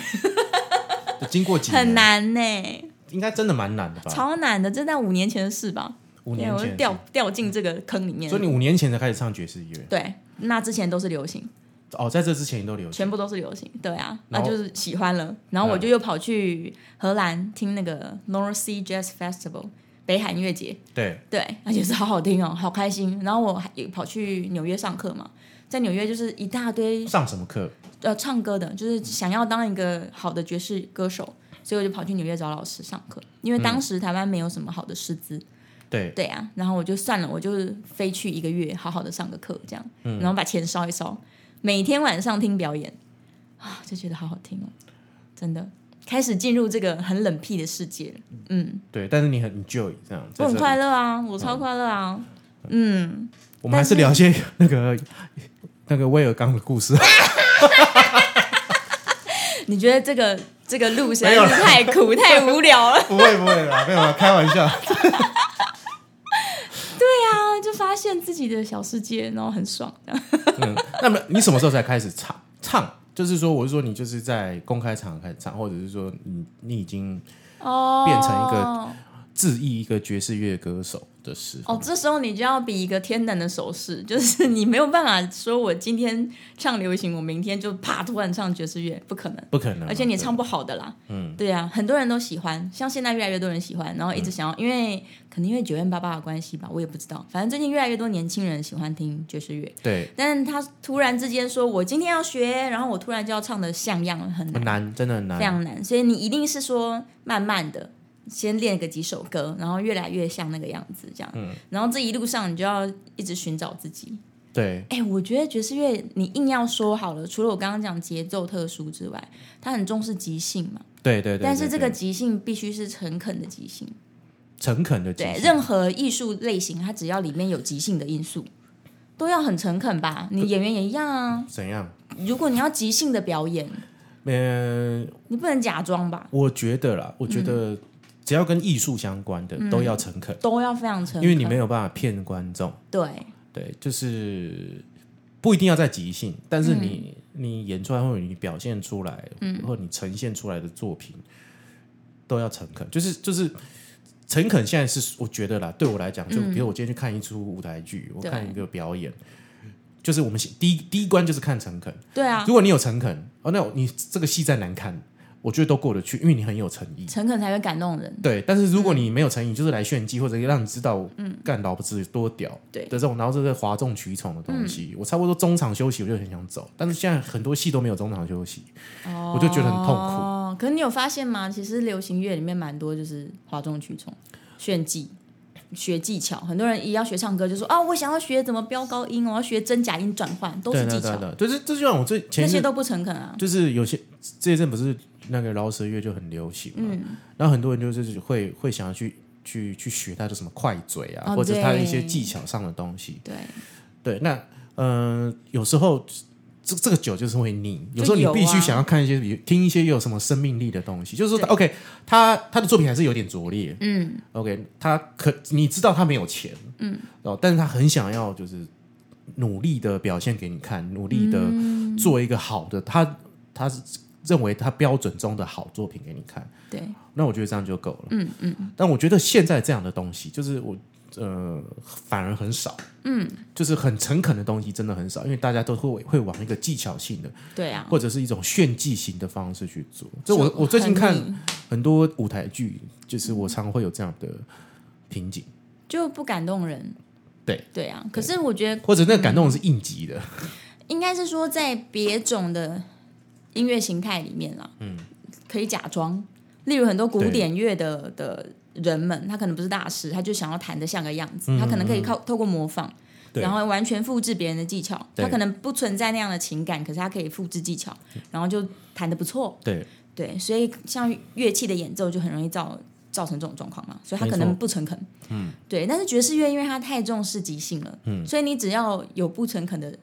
Speaker 1: 经过几年
Speaker 2: 很，难呢、
Speaker 1: 应该真的蛮难的吧？
Speaker 2: 超难的，这在五年前的事吧？
Speaker 1: 五
Speaker 2: 对
Speaker 1: 年
Speaker 2: 我就
Speaker 1: 前，
Speaker 2: 掉掉进这个坑里面
Speaker 1: 所以。你五年前才开始唱爵士乐
Speaker 2: 对，那之前都是流行。
Speaker 1: 哦，在这之前你都留
Speaker 2: 全部都是流行，对啊，那
Speaker 1: 然后嗯
Speaker 2: 就是喜欢了。然后我就又跑去荷兰听那个 North Sea Jazz Festival 北海音乐节，
Speaker 1: 对，
Speaker 2: 对，而且是好好听哦，好开心。然后我还也跑去纽约上课嘛，在纽约就是一大堆
Speaker 1: 上什么课？
Speaker 2: 呃唱歌的，就是想要当一个好的爵士歌手，所以我就跑去纽约找老师上课，因为
Speaker 1: 嗯
Speaker 2: 当时台湾没有什么好的师资，
Speaker 1: 对，
Speaker 2: 对啊，然后我就算了，我就飞去一个月，好好的上个课，这样，
Speaker 1: 嗯
Speaker 2: 然后把钱烧一烧，每天晚上听表演，啊，就觉得好好听哦，真的，开始进入这个很冷僻的世界了，嗯，
Speaker 1: 对，但是你很 enjoy 这样，
Speaker 2: 我
Speaker 1: 在
Speaker 2: 很
Speaker 1: 这里
Speaker 2: 快乐啊，我超快乐啊，嗯，
Speaker 1: 我们还是聊一些那个那个威尔刚的故 事。
Speaker 2: 你觉得这个这个路实在
Speaker 1: 没有
Speaker 2: 是
Speaker 1: 啦
Speaker 2: 太 苦太无聊了
Speaker 1: 不会不会啦，没有啦，开玩笑。
Speaker 2: 啊，就发现自己的小世界，然后很爽，这样
Speaker 1: 嗯，那么你什么时候才开始唱唱？就是说，我是说你就是在公开场合开始唱，或者是说你你已经
Speaker 2: 哦，
Speaker 1: 变成一个致意一个爵士乐歌手的时候，
Speaker 2: 哦，这时候你就要比一个天然的手势，就是你没有办法说我今天唱流行，我明天就啪突然唱爵士乐，不可能，
Speaker 1: 不可能啊嘛，
Speaker 2: 而且你唱
Speaker 1: 对
Speaker 2: 不好的啦。嗯，对啊，很多人都喜欢，像现在越来越多人喜欢，然后一直想要，因为可能因为九院八八的关系吧，我也不知道，反正最近越来越多年轻人喜欢听爵士乐，
Speaker 1: 对
Speaker 2: 但他突然之间说我今天要学，然后我突然就要唱的像样，很难
Speaker 1: 很。难，真的很
Speaker 2: 非
Speaker 1: 难。
Speaker 2: 常难，所以你一定是说慢慢的先练个几首歌，然后越来越像那个样子这样，
Speaker 1: 嗯
Speaker 2: 然后这一路上你就要一直寻找自己。
Speaker 1: 对，
Speaker 2: 哎，我觉得爵士乐你硬要说好了，除了我刚刚讲节奏特殊之外，它很重视即兴嘛，
Speaker 1: 对对对。
Speaker 2: 但是这个
Speaker 1: 对
Speaker 2: 即兴必须是诚恳的即兴。
Speaker 1: 诚恳的即
Speaker 2: 对，
Speaker 1: 兴
Speaker 2: 任何艺术类型，它只要里面有即兴的因素。都要很诚恳吧，你演员也一样啊。
Speaker 1: 怎样？
Speaker 2: 如果你要即兴的表演，
Speaker 1: 嗯、
Speaker 2: 你不能假装吧，
Speaker 1: 我觉得啦，我觉
Speaker 2: 嗯
Speaker 1: 得只要跟艺术相关的、都要诚恳，
Speaker 2: 都要非常嗯诚恳。
Speaker 1: 因为你没有办法骗观众。
Speaker 2: 对，
Speaker 1: 对，就是不一定要在即兴，但是你、你演出来或者你表现出来，或者你呈现出来的作品都要诚恳，就是就是。诚恳现在是我觉得啦，对我来讲，就比如我今天去看一出舞台剧，我
Speaker 2: 对
Speaker 1: 看一个表演，就是我们先第一第一关就是看诚恳。
Speaker 2: 对啊。
Speaker 1: 如果你有诚恳，哦，那你这个戏再难看，我觉得都过得去，因为你很有诚意。
Speaker 2: 诚恳才会感动人。
Speaker 1: 对，但是如
Speaker 2: 嗯
Speaker 1: 果你没有诚意，就是来炫技或者让你知道，嗯，干老子有多屌，
Speaker 2: 对嗯
Speaker 1: 的这种，然后这个哗众取宠的东西，我差不多中场休息我就很想走，但是现在很多戏都没有中场休息，我就觉得很痛苦。
Speaker 2: 哦，可是你有发现吗？其实流行乐里面蛮多就是哗众取宠、炫技、学技巧。很多人也要学唱歌，就说啊，我想要学怎么飙高音，哦我要学真假音转换，都
Speaker 1: 对
Speaker 2: 是
Speaker 1: 对
Speaker 2: 技
Speaker 1: 对
Speaker 2: 巧，
Speaker 1: 对，就是这就像我最前
Speaker 2: 那
Speaker 1: 一
Speaker 2: 些
Speaker 1: 阵
Speaker 2: 都不诚恳啊。
Speaker 1: 就是有些这一阵不是那个饶舌乐就很流行嘛，
Speaker 2: 嗯
Speaker 1: 然后很多人就是会会想要去去去学他的什么快嘴啊，
Speaker 2: 哦
Speaker 1: 或者是他的一些
Speaker 2: 对
Speaker 1: 技巧上的东西，
Speaker 2: 对，
Speaker 1: 对，那嗯、呃有时候这这个酒就是会腻，有时候你
Speaker 2: 有啊
Speaker 1: 必须想要看一些，比如听一些有什么生命力的东西。就是说
Speaker 2: 对
Speaker 1: ，OK，他他的作品还是有点拙劣
Speaker 2: 嗯，
Speaker 1: ，OK，他可你知道他没有钱，嗯，哦，但是他很想要就是努力的表现给你看，努力的
Speaker 2: 嗯
Speaker 1: 做一个好的，他他是认为他标准中的好作品给你看。
Speaker 2: 对，
Speaker 1: 那我觉得这样就够了。嗯嗯。但我觉得现在这样的东西，就是我呃反而很少。嗯，就是很诚恳的东西真的很少，因为大家都会会往一个技巧性的
Speaker 2: 对啊。
Speaker 1: 或者是一种炫技型的方式去做。这我
Speaker 2: 就
Speaker 1: 我最近看
Speaker 2: 很腻
Speaker 1: 很多舞台剧，就是我常会有这样的瓶颈，
Speaker 2: 就不感动人。
Speaker 1: 对
Speaker 2: 对啊，可是我觉得
Speaker 1: 或者那个感动是应急的。
Speaker 2: 应该是说在别种的音乐形态里面啦，嗯，可以假装，例如很多古典乐的的人们，他可能不是大师，他就想要弹得像个样子，他可能可以靠透过模仿。
Speaker 1: 嗯对
Speaker 2: 然后完全复制别人的技巧，
Speaker 1: 对
Speaker 2: 他可能不存在那样的情感，可是他可以复制技巧，然后就弹得不 错。
Speaker 1: 对
Speaker 2: 对，所以像乐器的演奏就很容易造造成这种状况嘛，所以他
Speaker 1: 没
Speaker 2: 可
Speaker 1: 错
Speaker 2: 能不诚恳。嗯，对。但是爵士乐因为它太重视即兴了，嗯，所以你只要有不诚恳的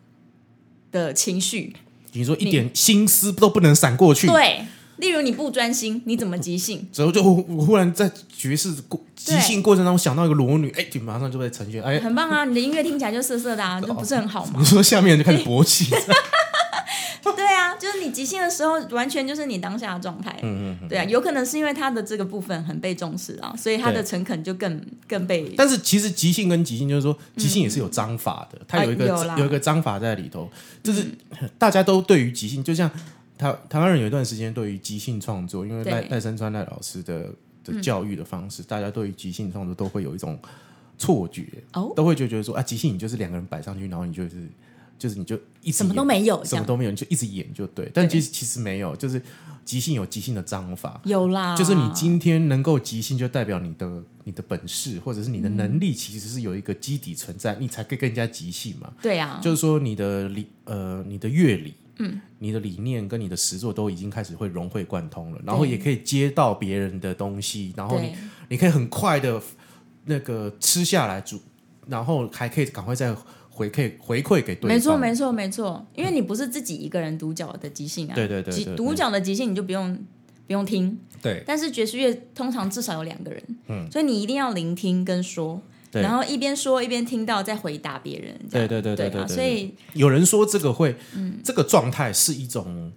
Speaker 2: 的情绪，
Speaker 1: 你说一点心思都不能闪过去，
Speaker 2: 对，例如你不专心，你怎么即兴？
Speaker 1: 之后就忽忽然在爵士过即兴过程当中想到一个裸女，哎，就马上就被成全， 哎，
Speaker 2: 很棒啊，你的音乐听起来就涩涩的啊，就不是很好嘛
Speaker 1: 你。说下面人就开始勃起，哦
Speaker 2: 对啊，就是你即兴的时候，完全就是你当下的状态。嗯嗯。对啊，有可能是因为他的这个部分很被重视啊，所以他的
Speaker 1: 对
Speaker 2: 诚恳就更更被。
Speaker 1: 但是其实即兴跟即兴就是说，即兴也是有章法的，它有一个、
Speaker 2: 啊有啦嗯
Speaker 1: 有一个章法在里头，就是、大家都对于即兴，就像台台湾人有一段时间对于即兴创作，因为
Speaker 2: 对嗯
Speaker 1: 赖赖声川赖老师的的教育的方式，大家对于即兴创作都会有一种错觉，
Speaker 2: 哦
Speaker 1: 都会就觉得说啊，即兴你就是两个人摆上去，然后你就是就是你就一直
Speaker 2: 哦什么都
Speaker 1: 演
Speaker 2: 没有，这
Speaker 1: 什么
Speaker 2: 样
Speaker 1: 都没有，你就一直演就对，但其实其实没有，就是即兴有即兴的章法，
Speaker 2: 有啦，
Speaker 1: 就是你今天能够即兴，就代表你的你的本事或者是你的能力，其实是有一个基底存
Speaker 2: 嗯
Speaker 1: 在，你才可以跟人家即兴嘛。
Speaker 2: 对啊，
Speaker 1: 就是说你的理呃你的乐理，嗯，你的理念跟你的实作都已经开始会融会贯通了，然后也可以接到别人的东西，然后你
Speaker 2: 对
Speaker 1: 你可以很快的那个吃下来煮，然后还可以赶快再回馈回馈给对方。
Speaker 2: 没错，没错，没错，因为你不是自己一个人独角的即兴啊，
Speaker 1: 对对对
Speaker 2: 即
Speaker 1: 对
Speaker 2: 独
Speaker 1: 对
Speaker 2: 角的即兴你就不用不用听，
Speaker 1: 对
Speaker 2: 但是爵士乐通常至少有两个人，嗯，所以你一定要聆听跟说，
Speaker 1: 对
Speaker 2: 然后一边说一边听到再回答别人，这
Speaker 1: 对
Speaker 2: 样
Speaker 1: 对对对
Speaker 2: 对
Speaker 1: 对
Speaker 2: 啊，
Speaker 1: 对
Speaker 2: 所以嗯
Speaker 1: 有人说这个会，这个状态是一种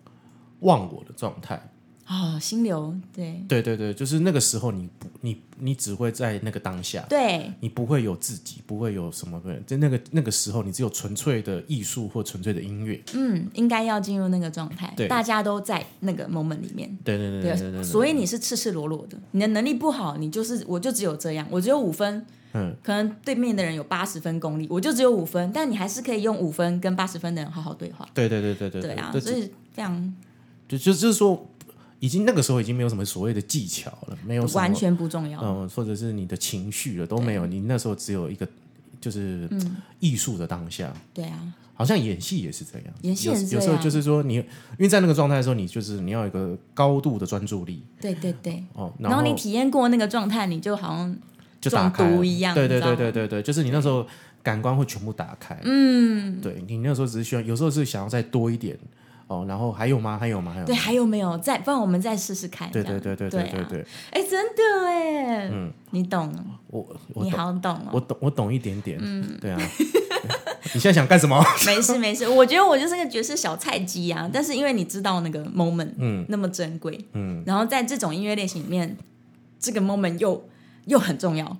Speaker 1: 忘我的状态，
Speaker 2: 哦，心流，对
Speaker 1: 对对对，就是那个时候你不你你只会在那个当下，
Speaker 2: 对，
Speaker 1: 你不会有自己，不会有什么的，在那个那个时候，你只有纯粹的艺术或纯粹的音乐。
Speaker 2: 嗯，应该要进入那个状态
Speaker 1: 对，
Speaker 2: 大家都在那个 moment 里面。
Speaker 1: 对对对对对对，
Speaker 2: 所
Speaker 1: 以
Speaker 2: 以你是赤赤裸裸的，你的能力不好，你就是我就只有这样，我只有五分，
Speaker 1: 嗯，
Speaker 2: 可能对面的人有八十分功力，我就只有五分，但你还是可以用五分跟八十分的人好好对话，
Speaker 1: 对对对对对
Speaker 2: 对啊，
Speaker 1: 对
Speaker 2: 所以非常
Speaker 1: 就就就是说，已经那个时候已经没有什么所谓的技巧了，没有什么
Speaker 2: 完全不重要，
Speaker 1: 嗯，或者是你的情绪了都没有，你那时候只有一个就是
Speaker 2: 嗯
Speaker 1: 艺术的当下，
Speaker 2: 对啊，
Speaker 1: 好像演戏也是这样，
Speaker 2: 演戏
Speaker 1: 有
Speaker 2: 也是这
Speaker 1: 有时候
Speaker 2: 样
Speaker 1: 就是说你，因为在那个状态的时候，你就是你要有一个高度的专注力
Speaker 2: 对对对。
Speaker 1: 哦，
Speaker 2: 然
Speaker 1: 后嗯
Speaker 2: 后你体验过那个状态，你就好像
Speaker 1: 就打开
Speaker 2: 中毒一样
Speaker 1: 对对
Speaker 2: 你知道
Speaker 1: 对
Speaker 2: 吗
Speaker 1: 对对对，就是你那时候感官会全部打开，嗯，对你那时候只是需要，有时候是想要再多一点哦，然后还有吗？还有吗？还有
Speaker 2: 对，
Speaker 1: 吗？
Speaker 2: 还有没有再？不然我们再试试看。
Speaker 1: 对
Speaker 2: 这
Speaker 1: 对
Speaker 2: 样
Speaker 1: 对对
Speaker 2: 对
Speaker 1: 对对
Speaker 2: 啊
Speaker 1: 对，
Speaker 2: 哎、真的哎，
Speaker 1: 嗯
Speaker 2: 你懂，
Speaker 1: 我我
Speaker 2: 你
Speaker 1: 懂，
Speaker 2: 好嗯懂
Speaker 1: 我
Speaker 2: 哦。
Speaker 1: 懂，我懂一点点，对 啊，你现在想干什么？
Speaker 2: 没事没事，我觉得我就是个爵士小菜鸡啊。但是因为你知道那个 moment，
Speaker 1: 嗯
Speaker 2: 那么珍贵，
Speaker 1: 嗯，
Speaker 2: 然后在这种音乐类型里面，这个 moment 又又很重要，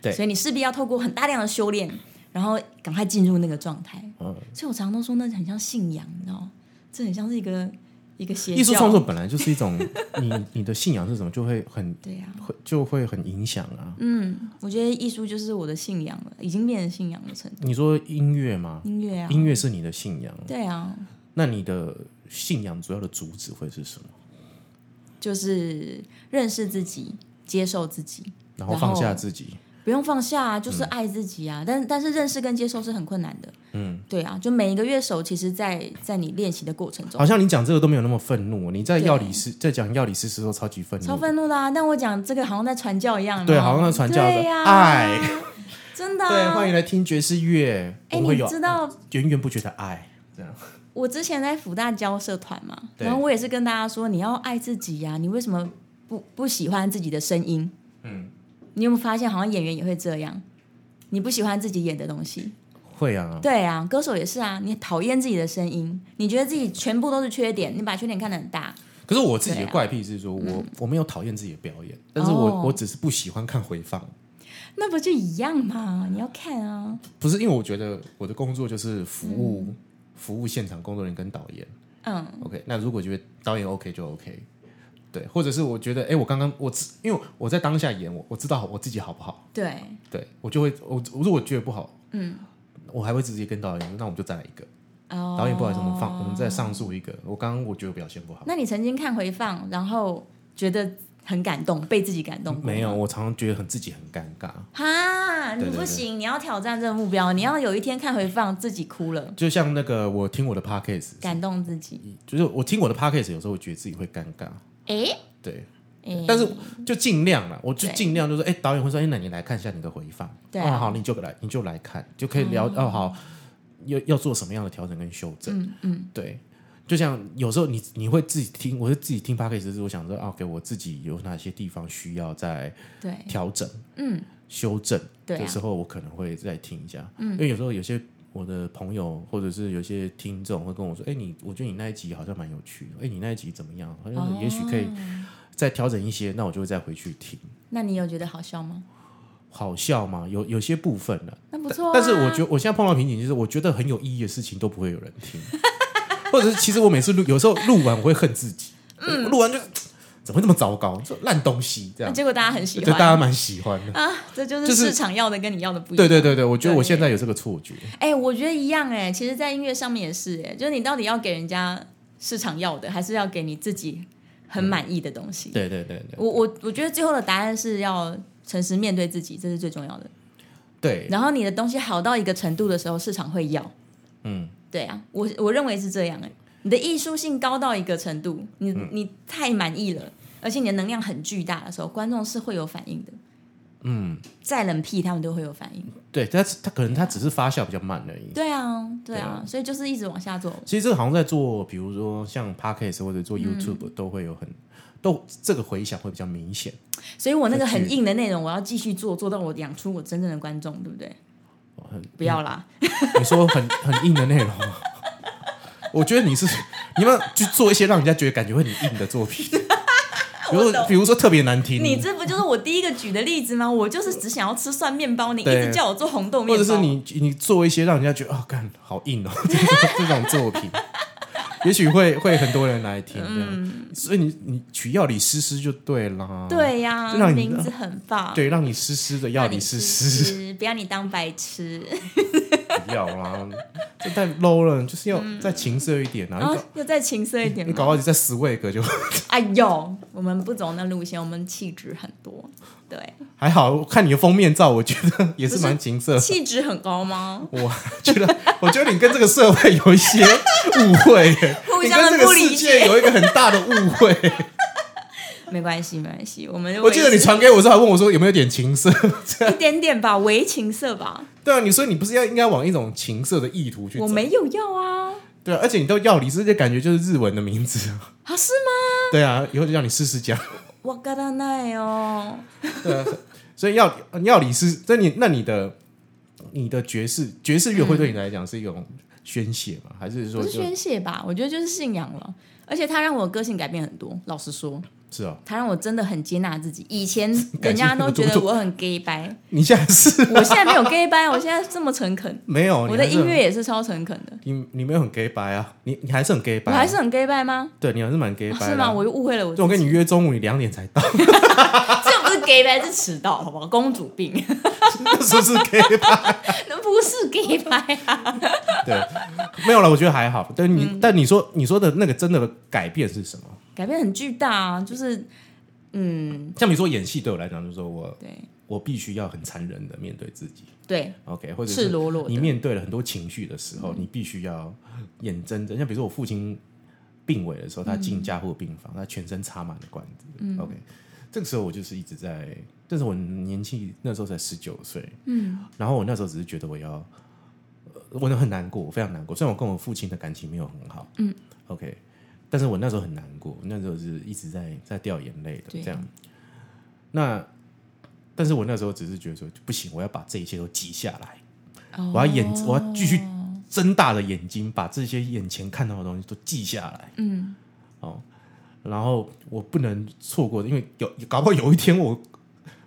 Speaker 1: 对
Speaker 2: 所以你势必要透过很大量的修炼，然后赶快进入那个状态。
Speaker 1: 嗯
Speaker 2: 所以我常常都说，那很像信仰，你知道吗，这很像是一个一个邪教。
Speaker 1: 艺术创作，本来就是一种，你你的信仰是什么，就会很
Speaker 2: 对呀、
Speaker 1: 会就会很影响啊。
Speaker 2: 嗯，我觉得艺术就是我的信仰了，已经变成信仰的程度。
Speaker 1: 你说音乐吗？
Speaker 2: 音乐啊，
Speaker 1: 音乐是你的信仰，
Speaker 2: 对啊，
Speaker 1: 那你的信仰主要的主旨会是什么？
Speaker 2: 就是认识自己，接受自己，
Speaker 1: 然后
Speaker 2: 然后
Speaker 1: 放下自己，
Speaker 2: 不用放下、啊，就是爱自己啊。但但是认识跟接受是很困难的。
Speaker 1: 嗯，
Speaker 2: 对啊，就每一个乐手，其实在在你练习的过程中
Speaker 1: 好，像你讲这个都没有那么愤怒。你在
Speaker 2: 对
Speaker 1: 药理师在讲药理师时候超级愤怒，
Speaker 2: 超愤怒的啊。但我讲这个好像在传教一样，
Speaker 1: 对，
Speaker 2: 有没有
Speaker 1: 好像在传教的
Speaker 2: 对呀、
Speaker 1: 爱，
Speaker 2: 真的、
Speaker 1: 对，
Speaker 2: 啊。
Speaker 1: 欢迎来听爵士乐，
Speaker 2: 哎，
Speaker 1: 我会
Speaker 2: 你
Speaker 1: 有啊
Speaker 2: 知道
Speaker 1: 源源不绝的爱，这样
Speaker 2: 我之前在福大教社团嘛，
Speaker 1: 对
Speaker 2: 然后我也是跟大家说，你要爱自己呀、你为什么不不喜欢自己的声音？
Speaker 1: 嗯，
Speaker 2: 你有没有发现，好像演员也会这样？你不喜欢自己演的东西，
Speaker 1: 会啊，
Speaker 2: 对啊，歌手也是啊，你讨厌自己的声音，你觉得自己全部都是缺点，你把缺点看得很大，
Speaker 1: 可是我自己的
Speaker 2: 对啊
Speaker 1: 怪癖是说，我我没有讨厌自己的表演，但是我
Speaker 2: 哦
Speaker 1: 我只是不喜欢看回放，
Speaker 2: 那不就一样嘛？你要看啊，
Speaker 1: 不是因为我觉得我的工作就是服务服务现场工作人员跟导演。
Speaker 2: 嗯，
Speaker 1: OK，那如果觉得导演 OK 就 OK，对，或者是我觉得，哎，我刚刚我知因为我在当下演，我我知道我自己好不好，
Speaker 2: 对，
Speaker 1: 对我就会我我如果觉得不好，嗯，我还会直接跟导演说，那我们就再来一个，
Speaker 2: 哦，
Speaker 1: 导演不好意思，我们放我们再上诉一个，我刚刚我觉得表现不好，
Speaker 2: 那你曾经看回放，然后觉得很感动，被自己感动过吗
Speaker 1: 没有，？我常常觉得很自己很尴尬，
Speaker 2: 哈，
Speaker 1: 对
Speaker 2: 你
Speaker 1: 对对
Speaker 2: 不行，你要挑战这个目标，你要有一天看回放自己哭了，
Speaker 1: 就像那个我听我的 podcast，
Speaker 2: 感动自己。
Speaker 1: 就是我听我的 podcast 有时候我觉得自己会尴尬，
Speaker 2: 诶，
Speaker 1: 对，
Speaker 2: 诶
Speaker 1: 但是就尽量啦，我就
Speaker 2: 嗯对
Speaker 1: 尽量就说，哎、导演会说，哎、那你来看一下你的回放，
Speaker 2: 对啊
Speaker 1: 哦好，你就来，你就来看，就可以聊，哦，好，要要做什么样的调整跟修正，
Speaker 2: 嗯嗯，
Speaker 1: 对，就像有时候你你会自己听，我是自己听 p a c k a g e 是我想说，啊，给我自己有哪些地方需要再
Speaker 2: 对，
Speaker 1: 调整、
Speaker 2: 嗯，
Speaker 1: 修正，
Speaker 2: 对啊嗯
Speaker 1: 的时候我可能会再听一下，因为有时候有些。我的朋友或者是有些听众会跟我说：“哎、你我觉得你那一集好像蛮有趣的，哎、你那一集怎么样？好像也许可以
Speaker 2: 哦
Speaker 1: 再调整一些。那我就会再回去听。
Speaker 2: 那你有觉得好笑吗？
Speaker 1: 好笑吗？有有些部分了、
Speaker 2: 那不错啊、
Speaker 1: 但是我觉得我现在碰到瓶颈，就是我觉得很有意义的事情都不会有人听， 或者是其实我每次录，有时候录完我会恨自己，我录完就怎么会那么糟糕，这烂东西这
Speaker 2: 那
Speaker 1: 样，
Speaker 2: 结果大家很喜
Speaker 1: 对
Speaker 2: 欢，
Speaker 1: 大家蛮喜欢的。
Speaker 2: 啊，这就
Speaker 1: 就是是
Speaker 2: 市场要的跟你要的不一样。
Speaker 1: 对对对对，我觉得我现在有这个错觉，
Speaker 2: 哎、我觉得一样哎、其实，在音乐上面也是哎、就是你到底要给人家市场要的，还是要给你自己很满意的东西？
Speaker 1: 对对对对
Speaker 2: 我我我觉得最后的答案是要诚实面对自己，这是最重要的。
Speaker 1: 对，
Speaker 2: 然后你的东西好到一个程度的时候，市场会要。
Speaker 1: 嗯，
Speaker 2: 对啊，我我认为是这样哎、你的艺术性高到一个程度，你、
Speaker 1: 嗯
Speaker 2: 你太满意了，而且你的能量很巨大的时候，观众是会有反应的。
Speaker 1: 嗯，
Speaker 2: 再冷屁他们都会有反应。
Speaker 1: 对，但是他可能他只是发酵比较慢而已。
Speaker 2: 对啊，对啊
Speaker 1: 对，
Speaker 2: 所以就是一直往下做。
Speaker 1: 其实这个好像在做，比如说像 podcast 或者做 YouTube 都会有很都这个回响会比较明显。
Speaker 2: 所以我那个很硬的内容，我要继续做，做到我养出我真正的观众，对不对？不要啦，
Speaker 1: 你说很很硬的内容吗， 我觉得你是你要不要去做一些让人家觉得感觉会很硬的作品。比如
Speaker 2: 懂
Speaker 1: 比如说特别难听，
Speaker 2: 你这不就是我第一个举的例子吗？我就是只想要吃蒜面包，你一
Speaker 1: 对
Speaker 2: 直叫我做红豆面
Speaker 1: 或
Speaker 2: 包，
Speaker 1: 者是你你做一些让人家觉得啊，干、好硬哦，这种这种作品，也许会会很多人来听这样，所以你你取药理诗诗就对啦，
Speaker 2: 嗯对呀、
Speaker 1: 就让你
Speaker 2: 名字很棒，
Speaker 1: 对，让你诗诗的药
Speaker 2: 让
Speaker 1: 理
Speaker 2: 你
Speaker 1: 诗
Speaker 2: 试
Speaker 1: 诗
Speaker 2: 试，不要你当白痴。
Speaker 1: 啊不要啦，这太 low 了，就是要
Speaker 2: 嗯
Speaker 1: 再情色一点啊，
Speaker 2: 然后哦又再情色一
Speaker 1: 你
Speaker 2: 点
Speaker 1: 搞你
Speaker 2: 嘛。
Speaker 1: 搞到你再 swag 就
Speaker 2: 哎呦，我们不走那路线，我们气质很多， 对，
Speaker 1: 还好，我看你的封面照，我觉得也是蛮情色的。
Speaker 2: 气质很高吗？
Speaker 1: 我觉得，我觉得你跟这个社会有一些误会，
Speaker 2: 互
Speaker 1: 你
Speaker 2: 相的
Speaker 1: 跟这
Speaker 2: 不
Speaker 1: 个
Speaker 2: 理
Speaker 1: 世
Speaker 2: 解
Speaker 1: 界有一个很大的误 会。
Speaker 2: 没关系，没关系，我们就
Speaker 1: 我记得你
Speaker 2: 维持
Speaker 1: 传给我之后，还问我说有没有点情色。
Speaker 2: 一点点吧，为情色吧，
Speaker 1: 对啊，你说你不是要应该往一种情色的意图去走？
Speaker 2: 我没有要啊，
Speaker 1: 对啊，而且你都要理是，这感觉就是日文的名字。
Speaker 2: 啊是吗？
Speaker 1: 对啊，以后就让你试试讲。
Speaker 2: 我嘎达奈哦，
Speaker 1: 对啊， 所以要要理是，那你那你的你的爵士爵士乐会对你来讲是一种宣泄吗？还是
Speaker 2: 不
Speaker 1: 说
Speaker 2: 是
Speaker 1: 就
Speaker 2: 宣泄吧？我觉得就是信仰了，而且它让我个性改变很多。老实说，
Speaker 1: 是哦？
Speaker 2: 它让我真的很接纳自己。以前
Speaker 1: 改变
Speaker 2: 人家
Speaker 1: 很
Speaker 2: 都觉
Speaker 1: 多
Speaker 2: 得我很 gay 掰，
Speaker 1: 你现在是
Speaker 2: 我现在没有 gay 掰， 我现在这么诚恳，
Speaker 1: 没有
Speaker 2: 我的音，
Speaker 1: 哦你还是
Speaker 2: 乐也是超诚恳的。
Speaker 1: 你你没有很 gay 白啊？你你还是很 gay 白、
Speaker 2: 我
Speaker 1: 啊，
Speaker 2: 还是很 gay 拜吗？啊
Speaker 1: 对你还是蛮 gay 白、啊
Speaker 2: 是吗？我又误会了我自己。
Speaker 1: 就我跟你约中午，你两点才到，
Speaker 2: 这不是 gay 拜，是迟到，好不好？公主病，
Speaker 1: 那是不是 gay 白？
Speaker 2: 那不是 gay 拜啊！
Speaker 1: 对，没有了，我觉得还好。但你、
Speaker 2: 嗯
Speaker 1: 但你说你说的那个真的改变是什么？
Speaker 2: 改变很巨大啊，就是嗯，
Speaker 1: 像比如说演戏对我来讲，就是说我
Speaker 2: 对
Speaker 1: 我必须要很残忍的面对自己
Speaker 2: 对，
Speaker 1: ，OK，或者
Speaker 2: 赤
Speaker 1: 是
Speaker 2: 裸裸
Speaker 1: 你
Speaker 2: 的，嗯
Speaker 1: 面对了很多情绪的时候，你必须要眼睁睁。像比如说我父亲病危的时候，他
Speaker 2: 嗯
Speaker 1: 进加护病房，他全身插满了管子。OK，这个时候我就是一直在，但是我年纪那时候才十九岁，
Speaker 2: 嗯，
Speaker 1: 然后我那时候只是觉得我要，呃我很难过，我非常难过。虽然我跟我父亲的感情没有很好，嗯，OK，但是我那时候很难过，那时候是一直在在掉眼泪的
Speaker 2: 对啊
Speaker 1: 这样。那，但是我那时候只是觉得说不行，我要把这一切都记下来。我要演
Speaker 2: 哦
Speaker 1: 我要继续睁大了眼睛，把这些眼前看到的东西都记下来，哦
Speaker 2: 嗯，
Speaker 1: 然后我不能错过，因为有搞不好有一天我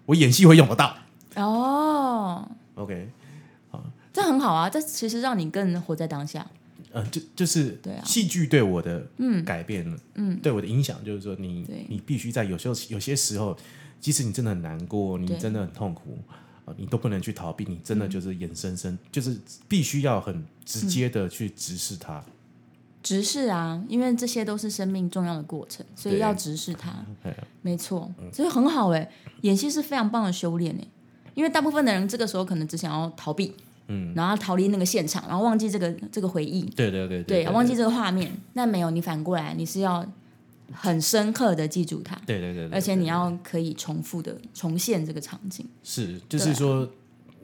Speaker 1: 我演戏会用得到。
Speaker 2: 哦，
Speaker 1: OK，
Speaker 2: 这很好啊，这其实让你更活在当下。
Speaker 1: 呃，就就是
Speaker 2: 对啊
Speaker 1: 戏剧对我的
Speaker 2: 嗯
Speaker 1: 改变了，
Speaker 2: 嗯，
Speaker 1: 对我的影响就是说你，
Speaker 2: 对
Speaker 1: 你必须在有时候有些时候，即使你真的很难过，你
Speaker 2: 对
Speaker 1: 真的很痛苦。呃你都不能去逃避，你真的就是眼生生，就是必须要很直接的去直视它。
Speaker 2: 直视啊，因为这些都是生命重要的过程，所以
Speaker 1: 对
Speaker 2: 要直视它
Speaker 1: 哎呀。
Speaker 2: 没错，所以很好哎、演戏是非常棒的修炼哎、因为大部分的人这个时候可能只想要逃避，嗯，然后逃离那个现场，然后忘记这个这个回忆，
Speaker 1: 对对对
Speaker 2: 对，忘记这个画面。那没有，你反过来你是要很深刻的记住它，
Speaker 1: 对对对对，
Speaker 2: 而且
Speaker 1: 对
Speaker 2: 你要可以重复的重现这个场景。
Speaker 1: 是，就是
Speaker 2: 对
Speaker 1: 说，